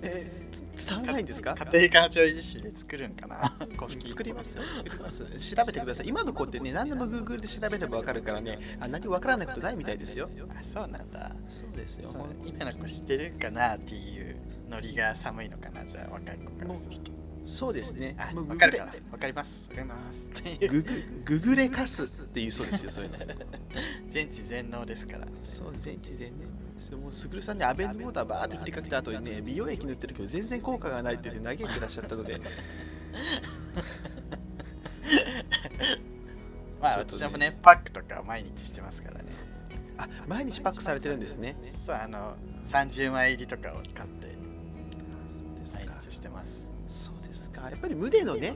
A: えーつ伝わらないんですか
B: 家庭から調理実習で作るん かなコフキー
A: 作りますよ作ります調べてください今の子ってね何でも Google で調べればわかるからねあ何もわからないことないみたいですよ
B: あ、そうなんだ。
A: そうですよ
B: そう今の子知ってるかなっていうノリが寒いのかなじゃあ若い子からすると。
A: そうですね
B: あ、
A: もう
B: わ
A: Google
B: かるかなわかります。わかります。っていう
A: ググググレカスっていうそうですよ、そういうの。
B: 全知全能ですから。
A: そう、全知全ね。それもうすぐるさんね、アベノモーターバーって振りかけた後にね、美容液塗ってるけど全然効果がないって言って嘆いてらっしゃったので、
B: まあ
A: ちょっとね
B: 私もね、パックとか毎日してますからね。
A: あ、毎日パックされてるんですね。
B: そう、あの、30枚入りとかを買って
A: そう
B: 毎
A: ですか
B: 日してます。
A: そうですか。やっぱり胸のね、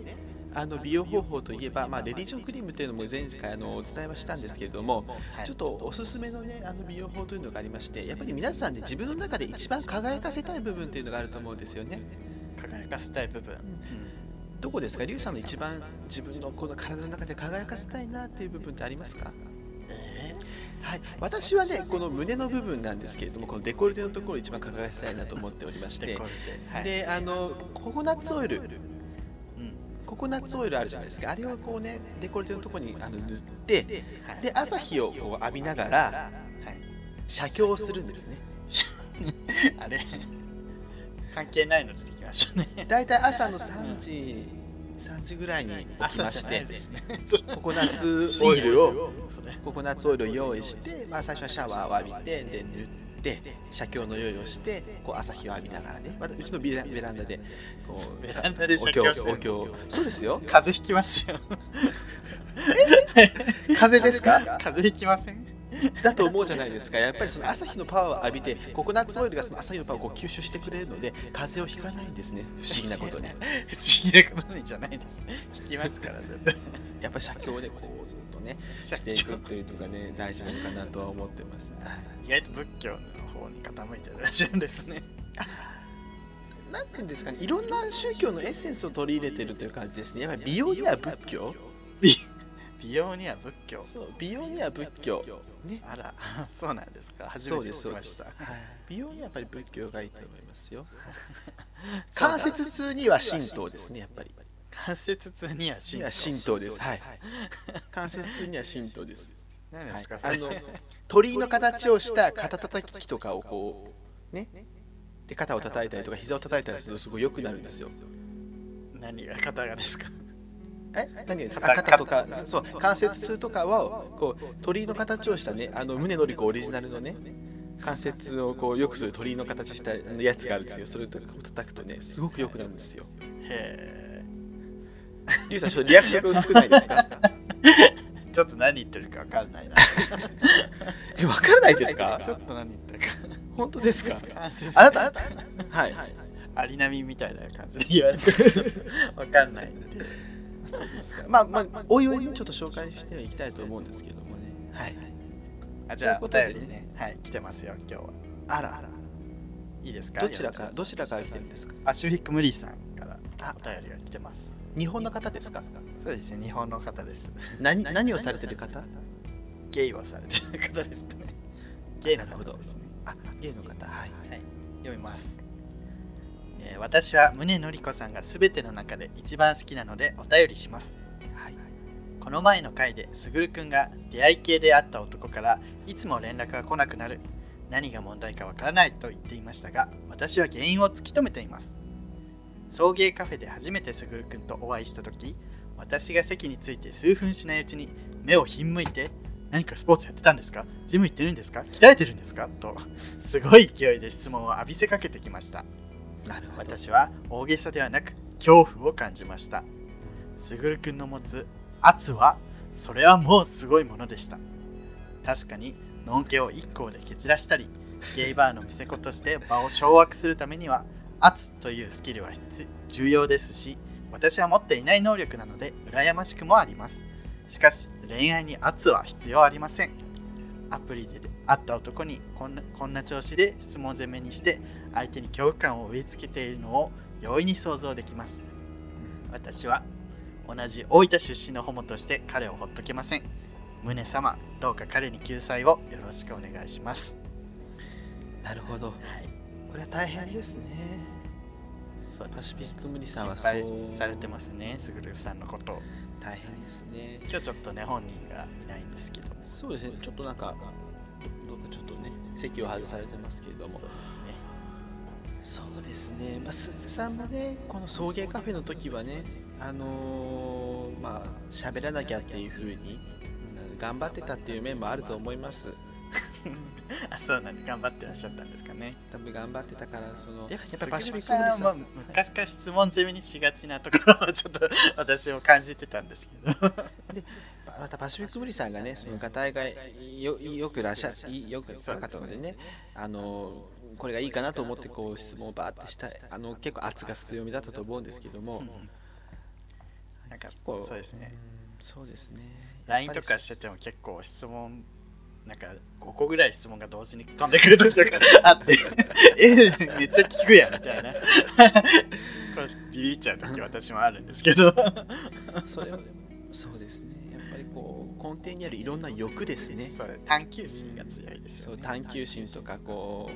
A: あの美容方法といえば、まあ、レディジョンクリームっていうのも前回あのお伝えはしたんですけれども、
B: はい、
A: ちょっとおすすめの,、ね、あの美容法というのがありまして、やっぱり皆さんね、自分の中で一番輝かせたい部分というのがあると思うんですよね。
B: 輝かせたい部分。うん
A: どこですか、リュウさんの一番自分のこの体の中で輝かせたいなっていう部分ってありますか
B: え
A: はい、私はね、この胸の部分なんですけれども、このデコルテのところを一番輝かせたいなと思っておりまし
B: ー、デ
A: て
B: コ、ルテ。はい、
A: で、あのココナッツオイル、
B: うん、
A: ココナッツオイルあるじゃないですか、あれをこうね、デコルテのところにあの塗って、
B: はい、
A: で、朝日をこう浴びながら、
B: はい、
A: 写経をするんですね。
B: あれ関係ないの出てききましたね。
A: 大体朝の3時3時ぐらいに起きま
B: 朝
A: し
B: じゃな
A: て
B: いです ね。
A: ココナッツオイルを
B: それ
A: ココナッツオイルを用意して、まあ、最初はシャワーを浴びてで塗って写経の用意をしてこう朝日を浴びながらね、ま、たうちのベラベランダでこう
B: ベランダで写経してるんですけど
A: お経お経そうですよ
B: 風邪ひきますよ。
A: 風邪ですか
B: 風邪ひきません
A: だと思うじゃないですかやっぱりその朝日のパワーを浴びてココナッツオイルがその朝日のパワーをこう吸収してくれるので風邪をひかないんですね不思議なことに
B: 不思議なことにじゃないです。ひきますから、絶対。
A: やっぱり写経でこうずっとねしていくっていうのがね大事なのかなとは思ってます
B: 意外と仏教の方に傾いてるらしいんですね。
A: なんていうんですかねいろんな宗教のエッセンスを取り入れてるという感じですねやっぱり美容には仏教
B: 美容には仏教。
A: そう美容には仏教ね
B: あら、そうなんですか。初
A: そ
B: め
A: う
B: て
A: です
B: 聞きました。
A: はい美容にはやっぱり仏教がいいと思いますよ
B: そうだ
A: 関節痛には神道ですねやっぱり
B: 関節痛には
A: に
B: 神
A: は
B: 道。
A: 神道ですはい関節痛には神道です
B: 何ですか、
A: はい
B: それ
A: あの鳥居の形をした肩叩き器とかをこうねで肩を叩いたりとか膝を叩いたりするとすごい良くなるんですよ
B: 何が肩がですか
A: え何ですか
B: 肩
A: 肩とかそう関節痛とかはこう鳥居の形をしたねあの宗則子オリジナルのね関節をこう良くする鳥居の形したやつがあるんですよそれとかを叩くとねすごく良くなるんですよ
B: へ
A: リュウさんちょっとリアクションが薄くないですか
B: え。ちょっと何言ってるか分かんないな。
A: えわからないですか
B: ちょっと何言ってるか。
A: 本当ですか
B: 関節
A: あなたあなたはい
B: アリナミみたいな感じで言われてちょっと分かんないんで。
A: まあまあおいおいちょっと紹介していきたいと思うんですけどもねはい
B: あじゃあ
A: と
B: お
A: いうことで
B: 便りね、はい、来てますよ、今日は。
A: あらあら
B: いいですか
A: どちらか
B: 読
A: ら
B: んで
A: どちらから来てるんですか
B: アシュフィック・ムリーさんからあお便りが来てます。
A: 日本の方ですか
B: そうですね、日本の方です。
A: 何何をされてる方
B: ゲイをされてる方ですかね。ゲイの方ですね。
A: あ芸の方はい
B: はい、読みます、えー私は宗則子さんが全ての中で一番好きなのでお便りします、はい、この前の回で卓く君が出会い系で会った男からいつも連絡が来なくなる何が問題かわからないと言っていましたが私は原因を突き止めています送迎カフェで初めて卓く君とお会いした時私が席に着いて数分しないうちに目をひんむいて何かスポーツやってたんですかジム行ってるんですか鍛えてるんですかとすごい勢いで質問を浴びせかけてきました
A: なるほど
B: 私は大げさではなく恐怖を感じましたすぐるくんの持つ圧はそれはもうすごいものでした確かにのんけを一校で蹴散らしたりゲイバーの見せ子として場を掌握するためには圧というスキルは必重要ですし私は持っていない能力なので羨ましくもありますしかし恋愛に圧は必要ありませんアプリで会った男にこんなこんな調子で質問攻めにして相手に恐怖感を植え付けているのを容易に想像できます私は同じ大分出身のホモとして彼をほっとけません宗様どうか彼に救済をよろしくお願いします
A: なるほど
B: はい
A: これは大変ですね
B: そうで
A: パシ
B: す
A: フィック無理さんは
B: 心配
A: そう
B: されてますねすぐるさんのことを
A: 大変ですね
B: 今日ちょっとね本人がいないんですけど
A: そうですねちょっとなんかどどっかちょっとね席を外されてますけれども
B: そうですね
A: そうですね、まあ、すずさんもね、この送迎カフェの時はね、あのーまあ、喋らなきゃっていう風に、うん頑張ってたっていう面もあると思います。
B: あそうなんで頑張ってらっしゃったんですかね
A: 多分頑張ってたから、その、
B: や
A: や
B: っ
A: っ
B: ぱ
A: ぱ
B: パ
A: パ
B: シ
A: シ
B: フ
A: フ
B: ィ
A: ィ
B: ッ
A: ックムリさ
B: クムリさん
A: ん
B: は
A: は、
B: 昔から質問攻めにしがちなところはちょっと私を感じてたんですけど
A: またパシフィックムリさんがね、その、がたいがよよくらっしゃ、いよく分かったのでね、あのーこれがいいかなと思って、こう、質問をバーってしたい、あの、結構圧が強みだったと思うんですけども、
B: なんか
A: こ
B: そうですね。
A: うんそうですね。
B: LINE とかしてても結構質問なんか5個ぐらい質問が同時に飛んでくる時とかあって えめっちゃ聞くやんみたいなこうビビっちゃう時私もあるんですけど
A: それをそうですねやっぱりこう根底にあるいろんな欲ですね
B: そう探求心が強いです
A: そ
B: よ
A: う
B: ね
A: 探求心とかこ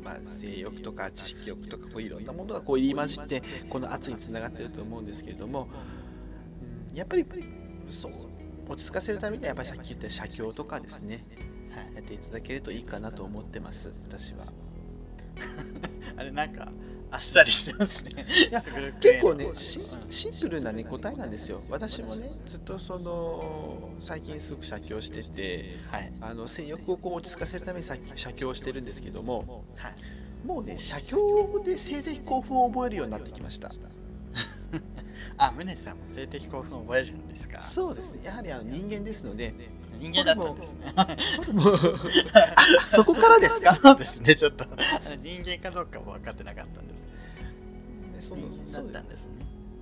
A: う、まあ、性欲とか知識欲とかこういろんなものがこう入り混じってこの圧につながってると思うんですけれども、うん、やっぱりそう落ち着かせるためにはやっぱりさっき言った写経とかですね
B: はい
A: やっていただけるといいかなと思ってます私は
B: あれなんかあっさりしてますね。
A: い や
B: すごい
A: 結構ねシン
B: う
A: シンプルな、ね、答えなんですよ私もねずっとその最近すごく写経してて
B: んはい。
A: あの性欲をこう落ち着かせるためにさっき写経をしてるんですけども
B: はい。
A: もうね写経で性的興奮を覚えるようになってきました
B: あ、ムネさんも性的興奮を覚えるんですか
A: そうですねやはりあの人間ですので
B: 人間だったんですね。
A: ホルモン あそこからですか
B: そうですね、ちょっと。人間かどうかも分かってなかったんです。
A: その
B: 人
A: そ
B: 間
A: うです
B: だったんですね。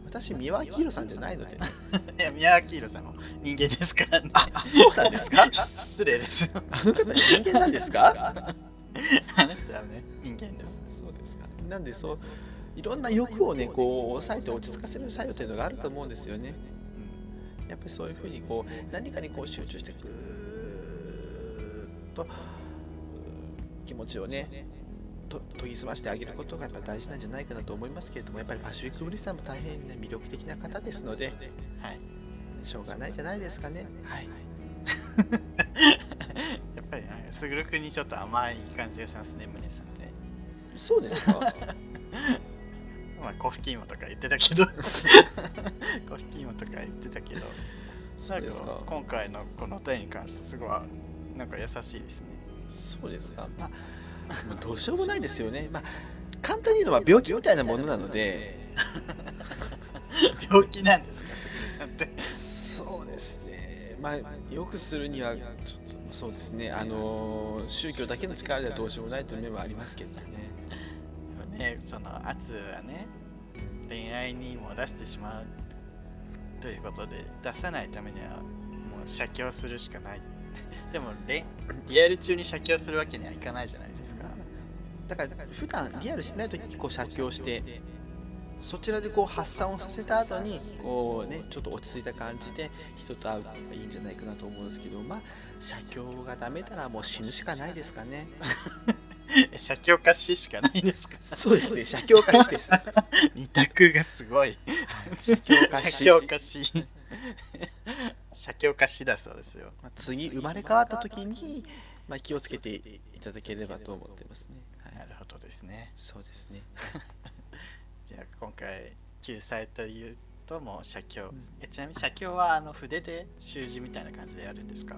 A: 私三輪明宏さんじゃないのでね
B: いや、宮脇宏さんも人間ですからね。あ、
A: そうなんですか
B: 失礼です。
A: あの方人間なんですか
B: あの人はね、人間です。
A: そうですかなんでそういろんな欲をねこう抑えて落ち着かせる作用というのがあると思うんですよねやっぱりそういうふうにこう何かにこう集中してくーっとうー気持ちをねと研ぎ澄ましてあげることがやっぱ大事なんじゃないかなと思いますけれどもやっぱりパシフィック・ブリスさんも大変、ね、魅力的な方ですので
B: はい。
A: しょうがないじゃないですかねはい
B: やっぱり、すぐるくんにちょっと甘い感じがしますね、ムネさんね。
A: そうですか
B: まあ、コフキ芋とか言ってた けど、コフキ芋とか言ってたけど、
A: そうです
B: だ
A: か
B: けど今回のこのお便りに関して、すごい、なんか優しいですね。
A: そうですかまあもうどうしようもないですよねまあ簡単に言うのは病気みたいなものなので
B: 病気なんですか、すぐるさんって。
A: そうですね。まあ、よくするには、ちょっと、そうですね。あのー、宗教だけの力ではどうしようもないという面はありますけどね。
B: ね、その圧はね、恋愛にも出してしまうということで、出さないためにはもう写経するしかない。 でも恋、リアル中に写経するわけにはいかないじゃないですか。
A: だから、普段リアルしてない時に、こう写経して。そちらでこう発散をさせた後にこうねちょっと落ち着いた感じで人と会うのがいいんじゃないかなと思うんですけどまあ写経がダメならもう死ぬしかないですかね
B: え写経か死しかないですか
A: そうですね写経家しです
B: 二択がすごい。
A: 写経家
B: 写
A: 死
B: 経か死。写経か死だそうですよ。
A: まあ次生まれ変わった時に、まあ、気をつけていただければと思ってますね、は、
B: ないるほどですね。
A: そうですね
B: じゃあ今回救済というともう写経、えちなみに写経はあの筆で習字みたいな感じでやるんで すか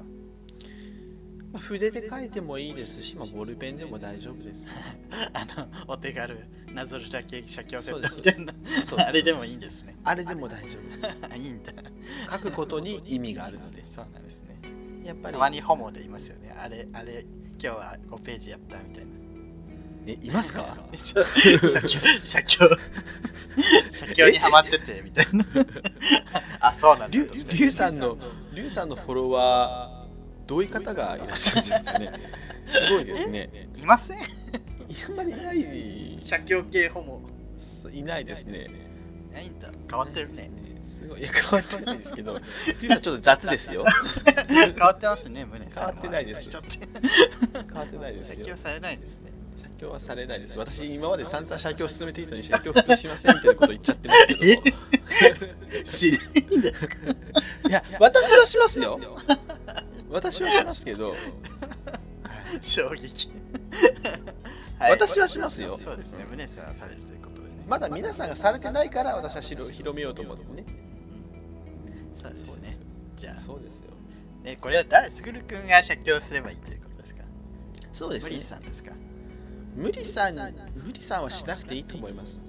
A: まあ筆で書いてもいいですし、まあ、ボールペンでも大丈夫です。
B: あのお手軽なぞるだけ写経セ
A: そう
B: ッ
A: で
B: ト
A: す
B: みたいな
A: そう。
B: あれでもいいんですすね
A: あれでも大丈
B: いいんだ
A: 夫。書くことに意味がある ので、
B: そうなんですね
A: やっぱ
B: た
A: り、
B: まにホモでいますよねあれあれ今日は5ページやったみたいな
A: えいますか
B: ちょ写経写 経写経にハマっててみたいな あそうなんだ
A: リュ
B: 確かに
A: リュウさんの、リュウさんのフォロワー、どういう方がいらっしゃるんですかね。すごいですね。
B: いません
A: あんまりいない、
B: 写経系ホモ
A: いないですね。
B: いないんだ変わってるね
A: すごい、いや変わってないですけど、リュウさんちょっと雑ですよ。
B: 変わってますね、胸さ
A: 変
B: んは。
A: わってないです
B: ちょっと
A: 変わってないです
B: 説
A: よ
B: 教。されないですね。
A: 写経はされないです。私、今まで散々写経を進めていたのに、写経普通しませんみたいなこと言っちゃってますけども。
B: 知り合いんですか
A: いや、私はしますよ。 私はしますけど、
B: 衝撃、
A: 私はしますよ
B: そうですね、胸さんはされるということでね。
A: まだ皆さんがされてないから、私は広広めようと思ってね。
B: そうですね。じゃあ、
A: そうですよ。
B: えこれは誰すぐるくんが写経すればいいということですか
A: そうです
B: 無理
A: ね。
B: さんですか
A: 無理さん、無理さんはしなくていいと思います。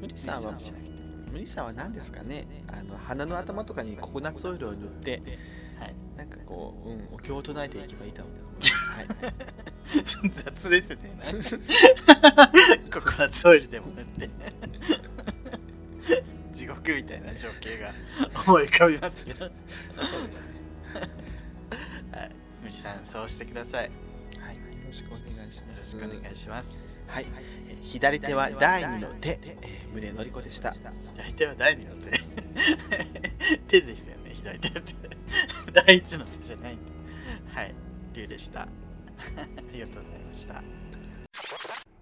A: 無理さんは
B: 無理、じゃなくて
A: 無理さんは何ですかね。あの鼻の頭とかにココナッツオイルを塗って、
B: はい。
A: なんかこう、うん、お経を唱えていけばいいと思います。 はい。
B: ちょっと雑ですね。ココナッツオイルでも塗って。 地獄みたいな情景が思い浮かびますけど。はい。無理さん、そうしてください。よ
A: はい、よろしくお願いしま
B: ろ
A: す。
B: しくお願いします。
A: はい、えー左手は第二の手、えー、胸のりこでした。
B: 左手は第二の手。手 でしたよね、左手って。第一の手じゃないんだ。はい。龍でした。あ りがとうございました。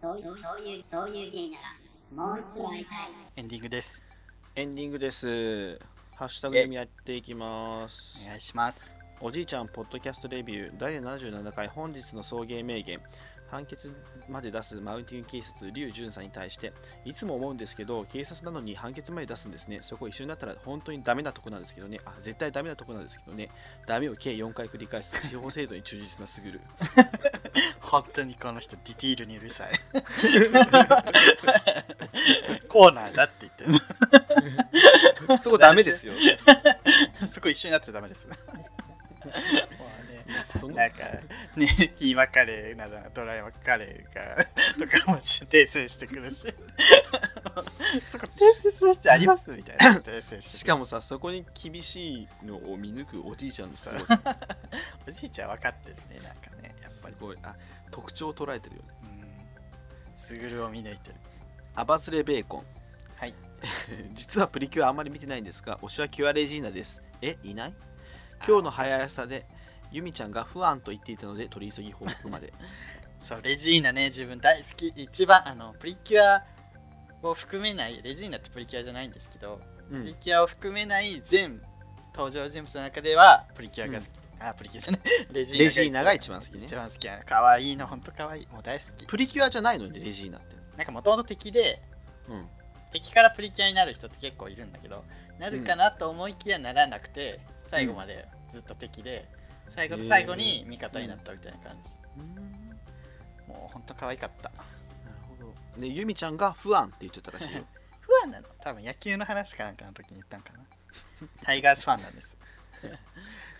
D: そういう、そういう、そういう芸なら、もう一度会いたい。
B: エンディングです。
A: エンディングです。ハッシュタグでやっていきます。
B: お願いします。
A: おじいちゃんポッドキャストレビュー第77回本日の送迎名言判決まで出すマウンティング警察劉潤さんに対していつも思うんですけど警察なのに判決まで出すんですねそこ一緒になったら本当にダメなとこなんですけどねあ絶対ダメなとこなんですけどねダメを計4回繰り返す司法制度に忠実なすぐる
B: 本当にこの人ディティールにうるさいコーナーだって言ってる
A: そこダメですよ
B: そこ一緒になっちゃダメですもうね
A: その
B: なんかねキーマカレーならドライマカレーがとかも訂正してくるしそこ訂正する必要ありますみたいな訂正して
A: し
B: くる
A: かもさそこに厳しいのを見抜くおじいちゃんのすごさ
B: おじいちゃん分かってるねなんかねやっ
A: す
B: ぱり
A: ごいあ特徴を捉えてるよね
B: うんすぐるを見抜いてる
A: アバズレベーコン
B: はい
A: 実はプリキュアあまり見てないんですが推しはキュアレジーナですえいない今日の早さでユミちゃんが不安と言っていたので取り急ぎ報告 まで
B: そう、レジーナね、自分大好き。一番、あの、プリキュアを含めない、レジーナってプリキュアじゃないんですけど、
A: う
B: プリ
A: ん
B: キュアを含めない全登場人物の中では、プリキュアが好き。あ、プリキュアじゃ ない。レジ
A: レジーナが一番好きね
B: 一番好きなの。かわいいの、ほんとかわいい。もう大好き。
A: プリキュアじゃないのにレジーナって
B: なんかもともと敵で、
A: うん
B: 敵からプリキュアになる人って結構いるんだけど、なるかなと思いきやならなくて、最後までずっと敵で、最後の最後に味方になったみたいな感じ。もうほんとかわいかった。
A: なるほどでユミちゃんが不安って言ってたらしいよ
B: 不安なの多分野球の話かなんかの時に言ったん かなタイガースファンなんです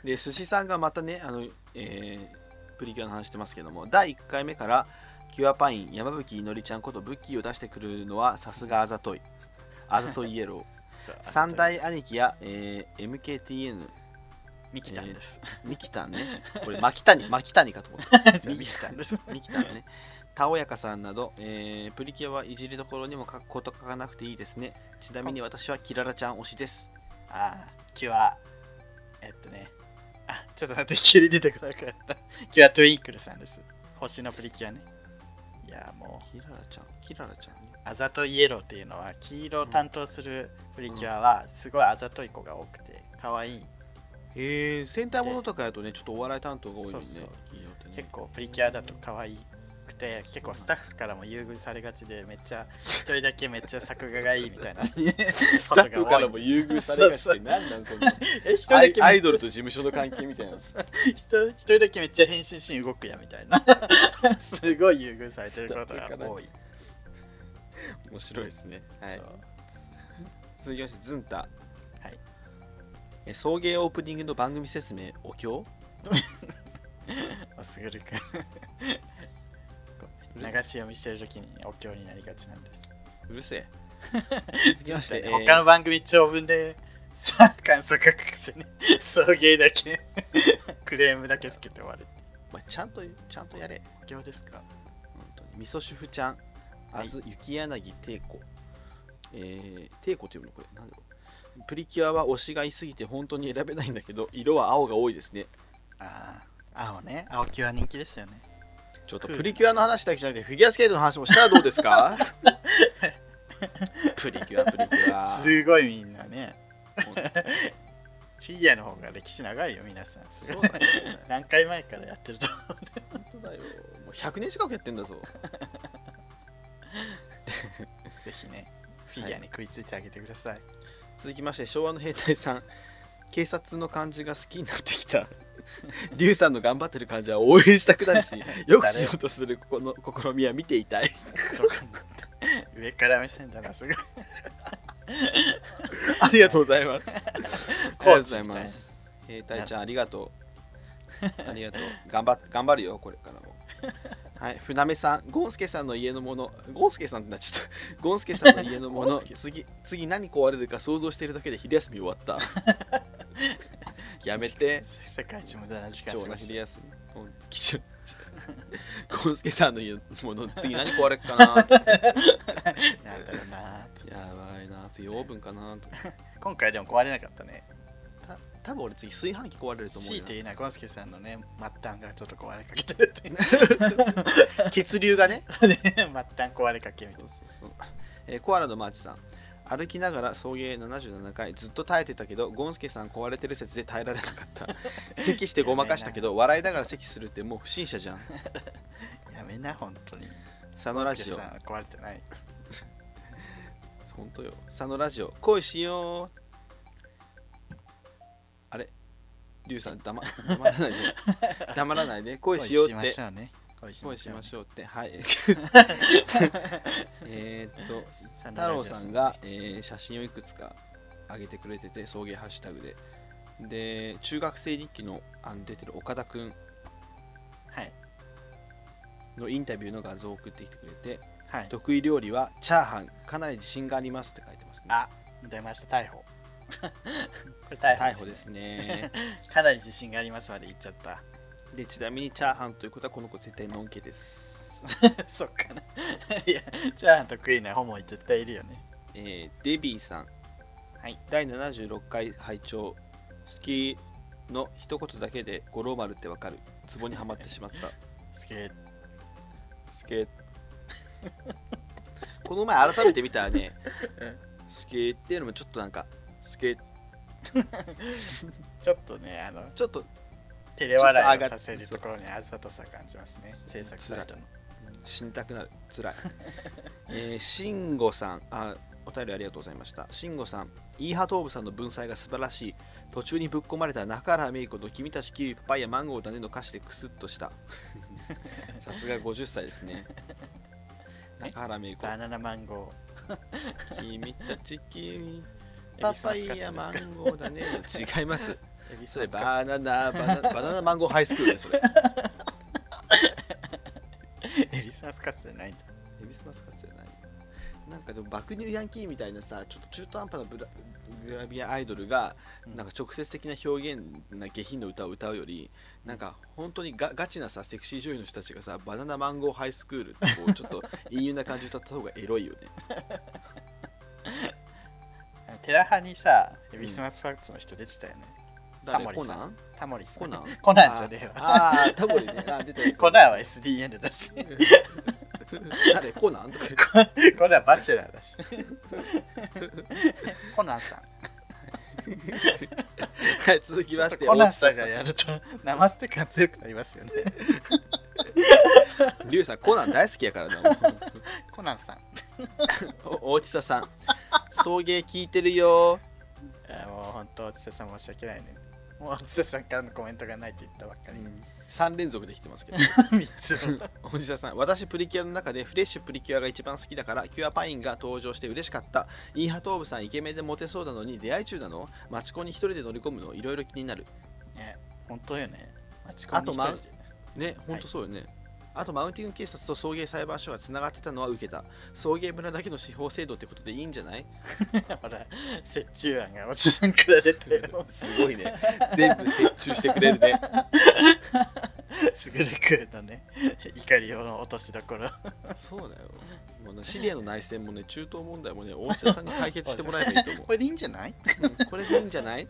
A: で寿司さんがまたねあの、えープリキュアの話してますけども第1回目からキュアパイン山吹いのりちゃんことブッキーを出してくるのはさすがあざとい あざといイエロー
B: そう
A: 三大兄貴や、えー MKTN
B: ミキタンです、
A: ミキタンね。これ、マキタニ、マキタニかと思った。
B: じゃあミキタンです
A: ミキタンね。たおやかさんなど、えープリキュアはいじりどころにも書くこと書かなくていいですね。ちなみに私はキララちゃん推しです。
B: ああキュアえっとねあちょっと待って急に出てこなかった キュアトゥインクルさんです星のプリキュアねいやもう
A: キララちゃん、キララちゃんね。
B: あざといイエローっていうのは黄色を担当するプリキュアはすごいあざとい子が多くて可愛い
A: えー、戦隊ものとかやとね、ちょっとお笑い担当が多いもんね。
B: そうそう
A: いいよってね
B: 結構プリキュアだと可愛くて結構スタッフからも優遇されがちでめっちゃ一人だけめっちゃ作画がいいみたい なス
A: スタッフからも優遇されがち って、なんなんその
B: え一人
A: ア
B: だ
A: イ
B: け
A: ア
B: め
A: イ
B: っち
A: ド
B: ゃ
A: ルと事務所の関係みたいな。
B: そうそう一人一人だけめっちゃ変身シーン動くやみたいな すごい優遇されてることが多い、
A: 面白いですね。はい
B: そ。う
A: 続きまして、ズンタ。
B: はい
A: えー。送迎オープニングの番組説明、お経
B: おすぐるくん流し読みしてるときにお経になりがちなんです
A: うるせ え。続きまして、えー
B: 他の番組長文でさ感想書くくせに送迎だけ クレームだけつけて終わる
A: お前ちゃんと、ちゃんとやれ。
B: お経ですか
A: 本当に。味噌主婦ちゃん、あず、雪柳帝子。えー、帝子っていうのこれ、なんだろう。プリキュアは推しがいすぎて本当に選べないんだけど、色は青が多いですね。
B: ああ青ね青木は人気ですよね
A: ちょっとプリキュアの話だけじゃなくて、フィギュアスケートの話もしたらどうですかプリキュア、プリキュア。
B: すごいみんなね
A: 本当に
B: フィギュアの方が歴史長いよ皆さんす
A: そ
B: ご
A: う
B: い
A: だよ。
B: 何回前からやってると
A: 本当だよ。もう100年近くやってんだぞ。
B: ぜひねフィギュアに食いついてあげてください、
A: 続きまして昭和の兵隊さん警察の感じが好きになってきた リュウさんの頑張ってる感じは応援したくな るしよくしようとするこの 試みは見ていたい
B: どうかな上から目線だなすごい
A: ありがとうござい ますありがとうござい
B: コーチみたい
A: ま
B: な
A: す兵隊ちゃんありがとうありがとう頑張っ頑張るよこれからもはい船目さんゴンスケさんの家のものゴンスケさんってなっちゃったゴンスケさんの家のも
B: ゴ
A: の
B: ンスケ
A: 次次何壊れるか想像してるだけで昼休み終わった やめて
B: 世界一無駄な時
A: 貴
B: 間過
A: 重な
B: ごし
A: 昼
B: て
A: 休み。うん貴重。ゴンスケさんの家のもの次何壊れっかなって
B: なんだろうな
A: やばいな。次オーブンかなとか。
B: 今回でも壊れなかったね
A: た多分俺次炊飯器壊れると思う
B: 強い
A: よ
B: て言うなゴンスケさんのね末端がちょっと壊れかけて るっていうね
A: な。血流がね。
B: 末端壊れかけみたい
A: そうそうそう。えーコアラのマーチさん。歩きながら送迎77回ずっと耐えてたけどゴンスケさん壊れてる説で耐えられなかった 咳してごまかしたけど笑いながら咳するってもう不審者じゃん
B: やめな、本当に。
A: 佐野ラジオ
B: ゴンスケさんは壊れてない。
A: 本当よ佐野ラジオ恋しようあれリュウさん黙黙ら ないで黙らないで恋しようって
B: 恋しましょうね。恋し
A: 恋
B: ま
A: し
B: しょう
A: ましょうって はいえーっと
B: 佐野
A: 太
B: ラジ
A: 郎
B: オ
A: さんが、えー写真をいくつか上げてくれてて送迎ハッシュタグでで中学生日記のあの出てる岡田くん
B: はい。
A: のインタビューの画像を送ってきてくれて
B: はい。
A: 得意料理はチャーハンかなり自信がありますって書いてますね
B: あ出まし た、逮捕。これ逮捕
A: 逮捕ですね
B: かなり自信がありますまで言っちゃった。
A: でちなみにチャーハンということはこの子絶対のんけです、
B: そっかな。いや、チャーハン得意なホモ絶対いるよね。
A: えーデビーさん
B: はい。
A: 第76回拝聴好きの一言だけで五郎丸ってわかるツボにはまってしま った
B: すげえ。
A: スケこの前改めて見たらね
B: うん、
A: スケっていうのもちょっとなんか、スケ
B: ちょっとね、あの、
A: ちょっと
B: 照れ笑いをさせるところにあざとさ感じますね。制作サイトの。
A: 死にたくなる、つらい。えー、シンゴさんあ、お便りありがとうございました。シンゴさん、イーハトーブさんの文才が素晴らしい。途中にぶっ込まれた中原芽衣子と君たちキウイパパイヤマンゴーだねの歌詞でクスッとした。さすが50歳ですね。中原芽
B: バ
A: 衣
B: ナナマンゴ
A: 子、君たちキウイ
B: ー。
A: パパイヤマ
B: マン
A: ンゴーだねの違います。
B: エビ
A: そ
B: ス
A: れ
B: マスカッ
A: バ
B: ト
A: ナナバナバナナマンゴーハイスクールですそれ。
B: エビスマスカット じゃないんだ。
A: エビスマスカツじゃない。なんかでも爆乳ヤンキーみたいなさ、ちょっと中途半端なブラグラビアアイドルが
B: うん
A: なんか直接的な表現な下品の歌を歌うより、なんか本当にガガチなさセクシー女優の人たちがさバナナマンゴーハイスクールってこうちょっと陰鬱な感じで歌った方がエロいよね。
B: あのテラハにさ、エビスマスカットの人出てたよね。タ
A: 誰
B: モリ
A: コ
B: さ
A: ナ
B: ん
A: ン？
B: タモリさん。
A: コナン？
B: コナンじゃねえわ。
A: あーあータモリね。あー出てる。
B: コナンは SDN だし、
A: 誰コナンとか言って。
B: コナンバチェラーだし。 コナンさん。
A: はい続きまして
B: ちょっとコナンさんがやると、生捨て感強くなりますよね。
A: リュウさんコナン大好きや からな。もう
B: コナンさん。
A: お大地ささん送迎聞いてるよ
B: あもう本当、つさん申し訳ないね。もうつさんからのコメントがないって言ったばっかり。
A: 3連続できてますけど
B: 3つも。
A: 大地田さん私プリキュアの中でフレッシュプリキュアが一番好きだからキュアパインが登場して嬉しかったイーハトーブさんイケメンでモテそうなのに出会い中なのマチコンに一人で乗り込むのいろいろ気になる
B: ね、本当よね。マチ
A: あとマウ
B: で
A: ねほんとそうよね、あとマウンティング警察と送迎裁判所がつながってたのは受けた送迎村だけの司法制度ってことでいいんじゃない
B: ほら、折衷案がおじさんから出たよ。
A: すごいね全部折衷してくれるね
B: すぐるくんのね、怒りをの落としどころ。
A: そうだよもうねシリアの内戦もね中東問題もね大地田さんに解決してもらえばいいと 思う
B: これでいいんじゃない
A: うんこれでいいんじゃない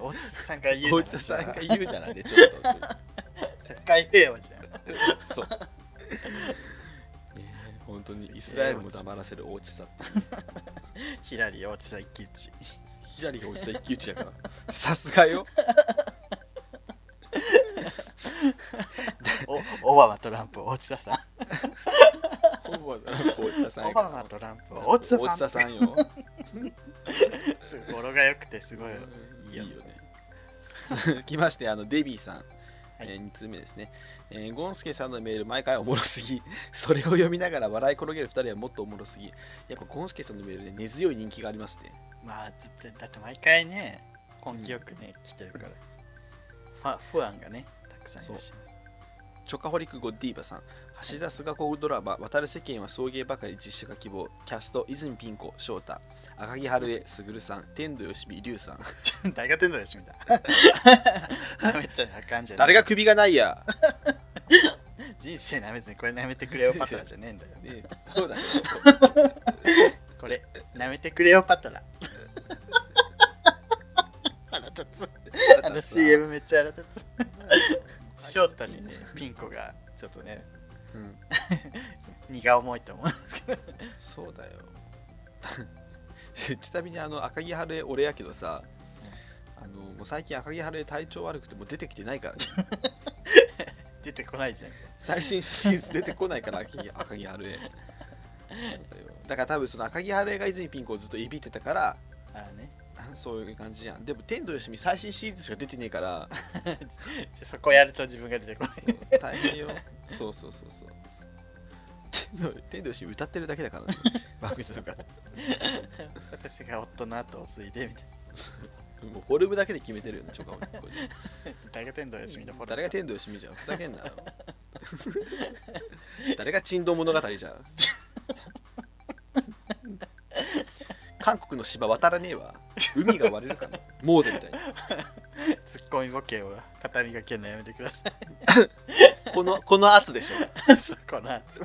B: おじさんが言う
A: 大
B: な
A: 内
B: ら
A: 田さんが言うならね、ちょっ
B: 世界平和じゃ
A: と。
B: ん。
A: そう。ねえ本当にイスラエルも黙らせる大内さん。
B: ヒラリー、おじさん一騎打ち。
A: 左が大内さん一騎打ちやから。さすがよ。
B: おオバマ、トランプ、おじさん。
A: ほぼ大内田さん
B: オ
A: や
B: バマ、
A: か
B: トランプ、
A: ら。
B: おじさん。
A: 大内田さんよ。
B: すごい語呂が良くてすごいよ。
A: いいよね。 続きまして、あのデビーさん。
B: い
A: えー、2通目ですね、えーゴンスケさんのメール毎回おもろすぎそれを読みながら笑い転げる2人はもっとおもろすぎやっぱゴンスケさんのメールで根強い人気がありますね
B: まあ、ずっとだって毎回ね、根気よくね、来てるから。ファ不安がね、たくさんいるし。
A: チョカホリックゴッディーバさん、橋田壽賀子ドラマ、渡る世間は送迎ばかり実写化希望、キャスト、泉ピン子、翔太、赤木春江、卓さん、天童よしみ、龍さん。
B: ち ょ大学天童よしみたい。 なめたらあかんじゃねえ
A: 誰が首がないや、
B: 人生なめずにこれなめてくれよパトラじゃねえん だよ。
A: ね、そうだね。
B: これ、なめてくれよパトラ。 腹立つ。あの CM めっちゃ腹立 つ。翔太にね、ピンコがちょっとね、
A: うん。
B: 荷が重いと思うんですけど。
A: そうだよ。 ちなみにあの赤木春恵俺やけどさ、あのもう最近赤木春恵体調悪くてもう出てきてないから、ね、
B: 出てこないじゃん。
A: 最新シリーズ出てこないから赤木赤木春恵だから多分その赤木春恵が泉ピン子をずっといびってたから
B: ああね。
A: そういう感じじゃんでも天童よしみ最新シリーズしか出てねえから
B: そこやると自分が出てこない。
A: そう大変よそうそうそうそう天童天童よしみ歌ってるだけだから ね番組とか
B: 私が夫の後を継いでみたい
A: もうフォルムだけで決めてるよねちょか
B: な。大学天童よしみのフォルダ
A: 誰が天童よしみじゃんふざけん なよ誰が珍道物語 じゃん韓国の芝渡らねえわ海が割れるかなモーゼみたいに
B: ツッコミボケを畳みかけるのやめてくださ
A: このこの圧でしょ
B: い。そうこの圧。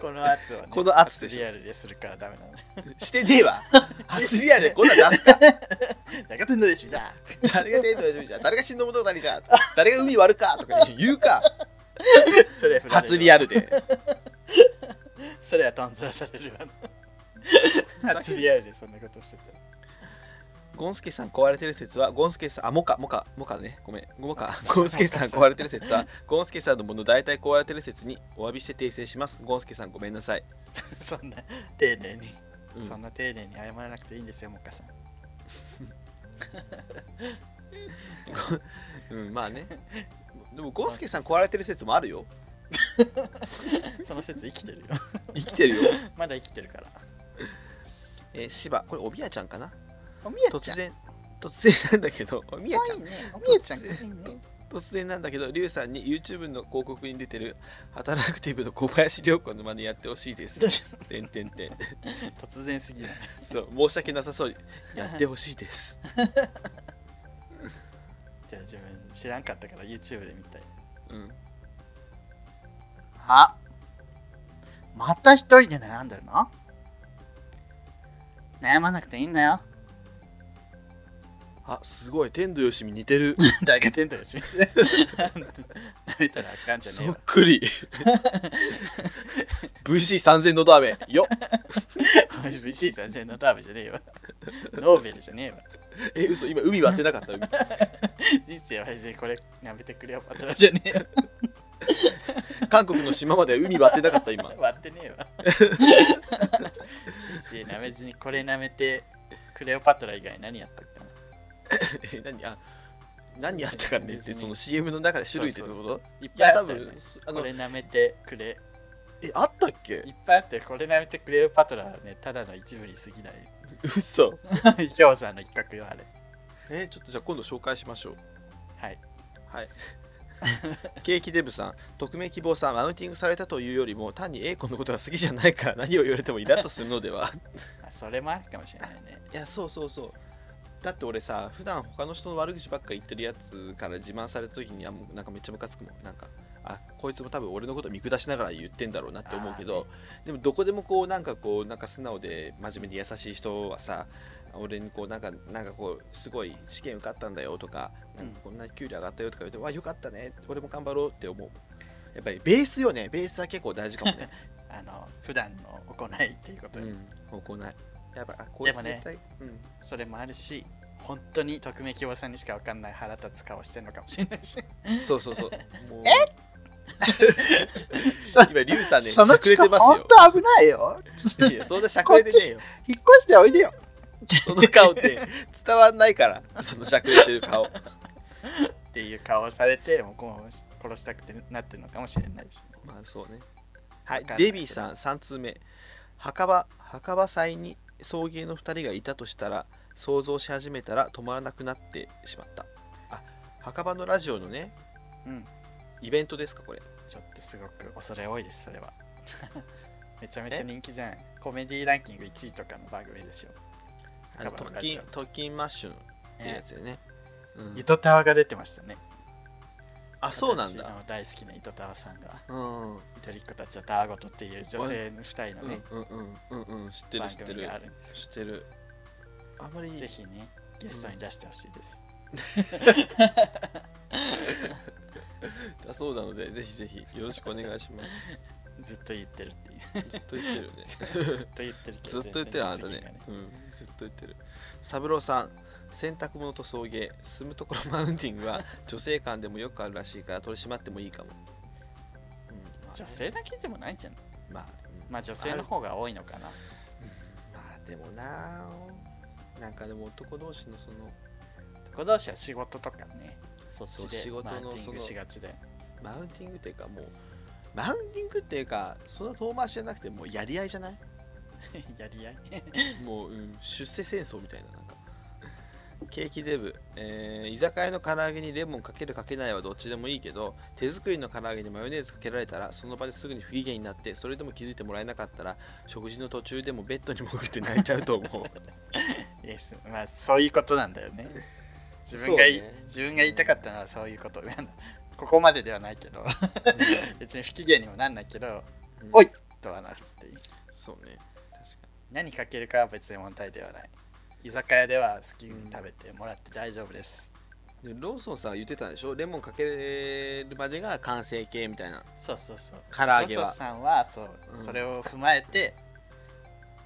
B: この圧は、ね、
A: この圧でしょ
B: リアルでするからダメなのね。
A: してねえわアスリアでこんなん出すか
B: 大学天童よしみだ。
A: 誰が天童よしみじゃん誰が珍道物語じゃん誰が海割るかとか言うか
B: それは振られる
A: 初リアルで
B: それは頓挫されるわ な。初リアルでそんなことしてたら。
A: ゴンスケさん壊れてる説は、ゴンスケさん、あ、モカ、モカ、モカね、ごめん、モカ、ゴンスケさん壊れてる説は、ゴンスケさんのもの大体壊れてる説にお詫びして訂正します。ゴンスケさん、ごめんなさい。
B: そんな丁寧に、
A: うん
B: そんな丁寧に謝らなくていいんですよ、モカさん。
A: うん、まあ ね。でも、ゴンスケさん壊れてる説もあるよ。
B: その説生きてるよ。
A: 生きてるよ。
B: まだ生きてるから。
A: えー、芝、これ、おみやちゃんかな
B: おみやち
A: 突
B: ゃん。
A: 然、突然なんだけど、おみやちゃん
B: 可愛いね。おみやちゃん可愛いね。
A: 突然なんだけど、リュウさんに YouTube の広告に出てる、働くティブの小林涼子の真似やってほしいです
B: どう。した
A: てんてんてん。
B: 突然すぎる。
A: そう、申し訳なさそうに、やってほしいです。
B: じゃあ自分知らんかったから YouTube で見 たい。
A: うん、
B: あまた一人で悩んでるの悩まなくていいんだよ。
A: あすごい天童よしみ似てる
B: 大学天童よしみ。 舐めたらあかんじゃ
A: そ
B: ねえ
A: っ
B: わ。
A: く り VC3000 のダメよっ
B: おい VC 先生のターブじゃねえわ。 ノーベルじゃねえわ。
A: え嘘今海割ってなかった海
B: 人生は別にこれ舐めてくれよ。パトラ じゃねえわ。
A: 韓国の島まで海割ってなかった 今
B: 割ってねえ わ。人生舐めずにこれ舐めてクレオパトラ以外何やったっけ
A: え
B: な
A: 何あ何やったかねってその CM の中で種類ってどういうこ
B: そう
A: と
B: いっ
A: い
B: ぱい
A: や
B: あ
A: 多
B: ったよね
A: 分。あ
B: こ
A: の
B: れ舐めてくれ。
A: えあったっけ
B: いっぱいあってこれ舐めてクレオパトラはね、ただの一部に過ぎない。
A: 嘘
B: 氷山の一角よ、あれ。
A: えちょっとじゃあ今度紹介しましょう
B: はい。
A: はいケーキデブさん、匿名希望さん、マウンティングされたというよりも、単に A 子のことが好きじゃないから何を言われてもイラッとするのでは
B: あそれもあるかもしれないね。
A: いやそうそうそうだって俺さ普段他の人の悪口ばっか言ってるやつから自慢された時にあもうなんかめっちゃムカつくもんなんかあこいつも多分俺のこと見下しながら言ってんだろうなって思うけどでもどこでもこうなんかこうなんか素直で真面目で優しい人はさ俺にこうなんかなんかこうすごい試験受かったんだよとかなんかこんな給料上がったよとか言って、わよかったね俺も頑張ろうって思うやっぱりベースよねベースは結構大事かもね、
B: あの、普段の行いっていうこと
A: う
B: よ、
A: ん、行いやっぱあこういう
B: でもね
A: うん
B: それもあるし、本当に匿名希望さんにしかわかんない腹立つ顔してるのかもしれない し。
A: そうそうそう。もう
B: そ
A: 今、リュウさんね、しゃくれてますよ。
B: 危ないよ。
A: いや、そんなしゃくれてねえよ。
B: 引っ越しておいでよ。
A: その顔って伝わんない から、そのしゃくれてる顔。
B: っていう顔をされて、もうこう殺したくてなってるのかもしれないし。
A: まあ、そうね。はい
B: わかんな、い
A: デビーさん、3通目。墓場、墓場祭に送迎の2人がいたとしたら、想像し始めたら止まらなくなってしまった。あ、墓場のラジオのね、
B: うん。
A: イベントですか、これ。
B: ちょっとすごく恐れ多いです、それは。 めちゃめちゃ人気じゃん。コメディランキング1位とかの番組ですよ。
A: あの
B: 墓
A: ト
B: 場
A: ッ
B: のラ
A: キ
B: ジ
A: ン
B: オ
A: トッキンマッシュンってやつだよね。うん
B: ゆとたわが出てましたね。
A: あ、そうなん
B: 私
A: だ。
B: の大好きな糸たわさんが、
A: うん。
B: ゆとりっ子たちはたわごとっていう女性の2人
A: う
B: のね
A: ん、うんうんうんうん知ってる
B: 番
A: 知って
B: 組
A: る
B: があるんです
A: 知ってるあんまり
B: けど、ぜひね、ゲストに出してほしいです。
A: だそうなのでぜひぜひよろしくお願いします
B: ずっと言ってるっていう。
A: ずっと言ってるよね
B: ず っと言ってるけ
A: ず
B: ど
A: っと言ってるあな
B: 全
A: た
B: 然
A: ね
B: 次が
A: うんずっと言ってる三郎さん洗濯物と送迎住むところマウンティング は女性間でもよくあるらしいから取り締まってもいいかも、うんまあね
B: 女性だけでもないんじゃない
A: まあ、うん
B: まあ女性の方が多いのかな。
A: まあでもなあなんかでも男同士のその
B: 男同士は仕事とかね、そっち
A: そう仕
B: で
A: 事
B: マ
A: の
B: ーティン
A: その
B: グしがちで。
A: マウンティングっていうかもうマウンティングっていうかそんな遠回しじゃなくてもうやり合いじゃない
B: やり合い。
A: もう、うん出世戦争みたいななんかケーキデブ、えー居酒屋の唐揚げにレモンかけるかけないはどっちでもいいけど手作りの唐揚げにマヨネーズかけられたらその場ですぐに不機嫌になってそれでも気づいてもらえなかったら食事の途中でもベッドに潜って泣いちゃうと思 う
B: イエスまあそういうことなんだよね。自分がい、
A: そうね
B: 自分が言いたかったのはそういうこと。ここまでではないけど、別に不機嫌にもなんないけど、
A: うん
B: おいとはなるっていう。
A: そうね確か
B: 何かけるかは別に問題ではない。居酒屋では好きに食べてもらって大丈夫です。
A: にでローソンさん言ってたんでしょレモンかけるまでが完成形みたいな
B: そうそうそう。
A: 唐揚げ
B: ロ
A: は
B: ソさんはそう、
A: うん
B: それを踏まえて、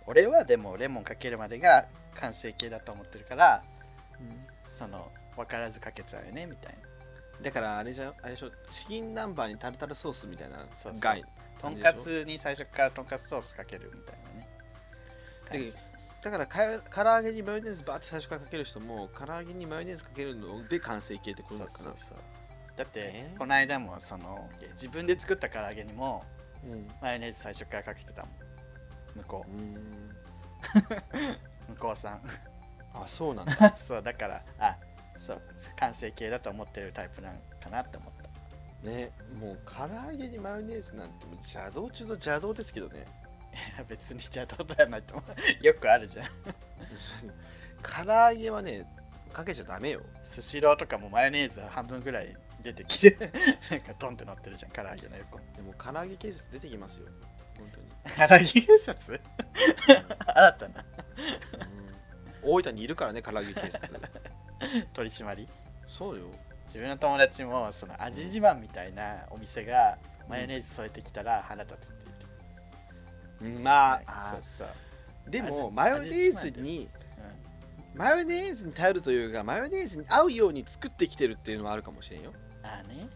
B: 俺はでもレモンかけるまでが完成形だと思ってるから、その分からずかけちゃうよねみたいな。
A: だからあれじゃあれでしょチキン南蛮にタルタルソースみたいな
B: そうそう
A: 概
B: とんかつに最初からとんかつソースかけるみたいなね。感じ
A: だからかよ唐揚げにマヨネーズバーって最初からかける人も唐揚げにマヨネーズかけるので完成形ってこと
B: そ
A: な
B: う
A: のか
B: そ
A: な
B: うそう。だって、
A: えー
B: この間もその自分で作った唐揚げにも
A: うん
B: マヨネーズ最初からかけてたもん。向こ
A: うーん
B: う、向こうさん。
A: あそうなんだ
B: そうだから、あそう、完成形だと思ってるタイプなのかなって思った。
A: ねもう唐揚げにマヨネーズなんてもう邪道中の邪道ですけど ね
B: いや別に邪道ではないと思う。よくあるじゃん。
A: 唐揚げはねかけちゃダメよ
B: スシローとかもマヨネーズ半分ぐらい出てきて、 なんかトンって乗ってるじゃん、唐揚げの横に。
A: でも唐揚げ警察出てきますよ本当に
B: 唐揚げ警察 新たな
A: うん大分にいるからね唐揚げ 警察
B: 取り締まり。
A: そうよ
B: 自分の友達もその味自慢みたいなお店がマヨネーズ添えてきたら腹立つって言って
A: まあ
B: た。そ
A: あ
B: うそう。
A: ーで
B: 味
A: もマヨネーズにマヨネーズに頼るというかマヨネーズに合うように作ってきてるっていうのはあるかもしれんよ
B: うん、ああね。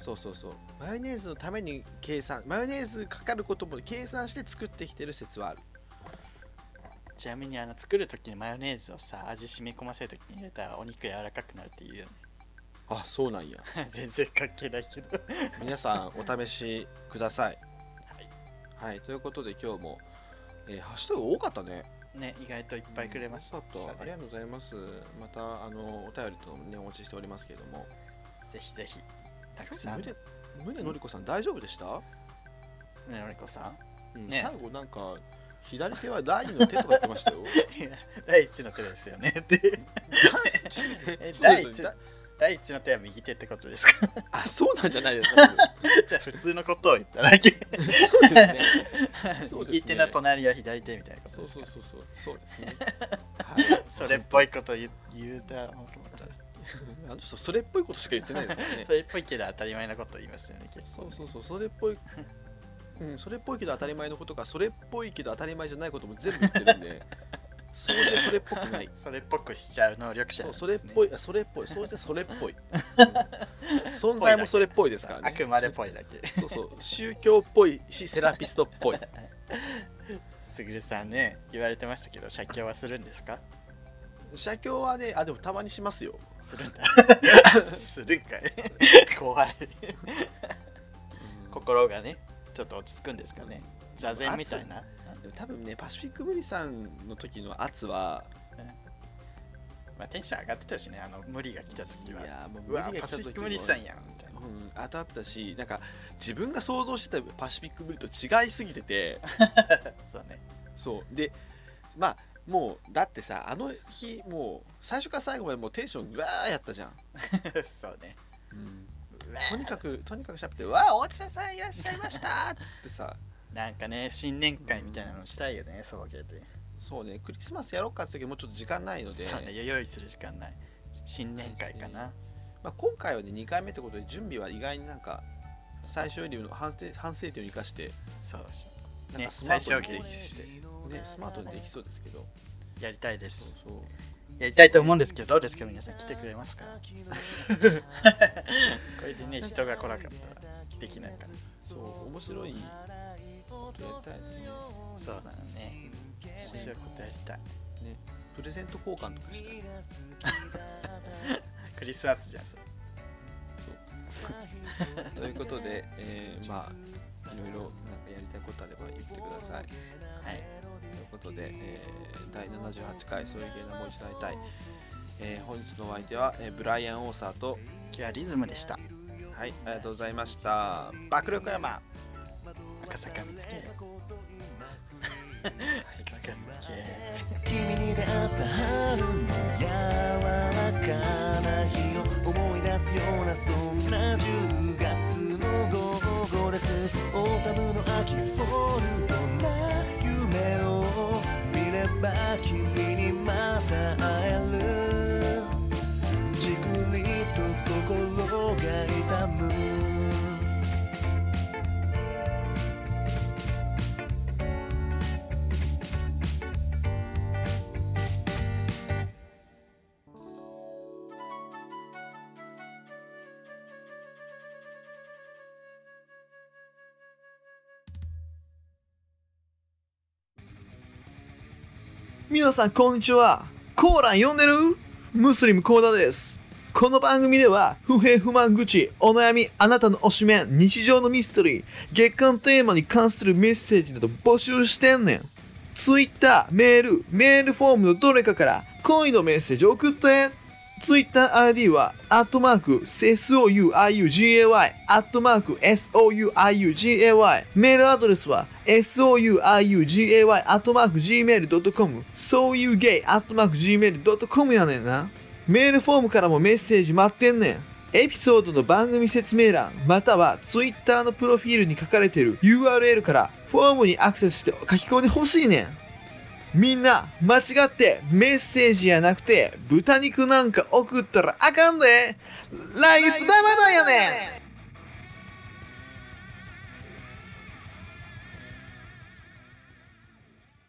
A: そうそうそうマヨネーズのために計算マヨネーズかかることも計算して作ってきてる説はある
B: ちなみにあの作るときにマヨネーズをさ味染み込ませるときに入れたらお肉柔らかくなるっていうよ
A: あそうなんや
B: ね。全然関係ないけど。
A: 皆さんお試しください
B: はい
A: はいということで今日も、えーハッシュタグ多かったね
B: ね、意外といっぱいくれまし
A: うん
B: た
A: 多かったありが
B: ね
A: とうございますまたあのお便りとねお待ちしておりますけれども
B: ぜひぜひ。たくさん。ね
A: 宗宗のりこさん大丈夫でした、
B: のりこさん。
A: うん
B: ね
A: 最後なんか左手は第二の手とか言ってましたよ
B: いや 第一の手ですよね。で え第
A: 第
B: 一
A: 一
B: 第一の手は右手ってことですか
A: あそうなんじゃないですか
B: じゃあ普通のことを言っただけ。
A: そうですねそうですね
B: 右手の隣は左手みたいなこと
A: そうそ
B: ですか
A: うそうそうそうです ねはい
B: それっぽいこと言う言うだろうと思ったら
A: あの人それっぽいことしか言ってないです からね
B: それっぽいけど当たり前なこと言いますよね、結
A: そ
B: 構ね
A: うそうそうそれっぽいうんそれっぽいけど当たり前のことかそれっぽいけど当たり前じゃないことも全部言ってるんでそうでそれっぽくない
B: それっぽくしちゃう能力者
A: そ
B: な
A: う
B: んです、ね、
A: それっぽいあそれっぽいそうでそれっぽ い、うん存在もそれっぽいですから
B: あ
A: ね
B: くまでっぽいだけ。
A: そうそう宗教っぽいしセラピストっぽい
B: すぐるさんね、言われてましたけど、写経はするんですか
A: 写経はねあでもたまにしますよ
B: するんだ。 するんかい怖い。心がね、ちょっと落ち着くんですかね。座禅みたいな。
A: でも多分ねパシフィックブリさんの時の圧は
B: まあ、テンション上がってたしね、あの無理が来た
A: い
B: 時は。
A: やもう
B: うわ、
A: 無理が
B: パ
A: 来た
B: シ
A: 時
B: フィ
A: も
B: ック無理さんやんみたいな
A: う。ん、当たったしなんか自分が想像してたパシフィックブリと違いすぎて て
B: そうね。
A: そうでまあもうだってさあの日もう最初から最後までもうテンションうわーやったじゃん、
B: そう ね。
A: とにかくとにかくしゃべって「わあ大地田さんいらっしゃいました!」っつってさ
B: なんかね、新年会みたいなのしたいよね、そうけで。
A: そうねクリスマスやろうかって言ったけどもうちょっと時間ないので、
B: そうね、用意する時間ない。新年会かな。
A: まあ、今回はね2回目ってことで準備は意外になんか最小流の反省反省点を生かして
B: そうです
A: なん
B: ね
A: かスマ
B: 最小
A: ート
B: 限
A: にで
B: に
A: き
B: して
A: ね、スマートにできそうですけど
B: やりたいで
A: そ
B: す
A: うそう
B: やりたいと思うんですけどどうですか皆さん来てくれ ますかこれでね人が来なかったらできないから
A: そう面白いことやりたいですね
B: そうだね面白いことやりたい
A: プレゼント交換とかしたい
B: クリスマスじゃんそれ
A: そ うということで、えーまあいろいろなんかやりたいことあれば言ってください
B: はい
A: ということで、えー第78回そういう芸能もう一度会いたい、えー本日のお相手は、えーブライアン・オーサーと
B: 今日はリズムでした
A: はいありがとうございました爆力山
B: 赤坂見つ け赤坂見つけ
E: 君に出会った春の柔らかな日を思い出すようなそんな10月の午後ですオータムの秋フォルトな夢を見れば君にまた会えるじくりと心が痛む
F: 皆さんこんにちはコーラン読んでるムスリムコーダですこの番組では不平不満愚痴お悩みあなたの推しメン日常のミステリー月間テーマに関するメッセージなど募集してんねん Twitter メールメールフォームのどれかから恋のメッセージを送って TwitterID は、アットマーク、souiugay、アットマーク、souiugay。メールアドレスは、souiugay、アットマーク、gmail.com、sougay、アットマーク、gmail.com やねんな。メールフォームからもメッセージ待ってんねん。エピソードの番組説明欄、または Twitter のプロフィールに書かれている URL から、フォームにアクセスして書き込んでほしいねん。みんな、間違ってメッセージやなくて、豚肉なんか送ったらあかんで来月生だよね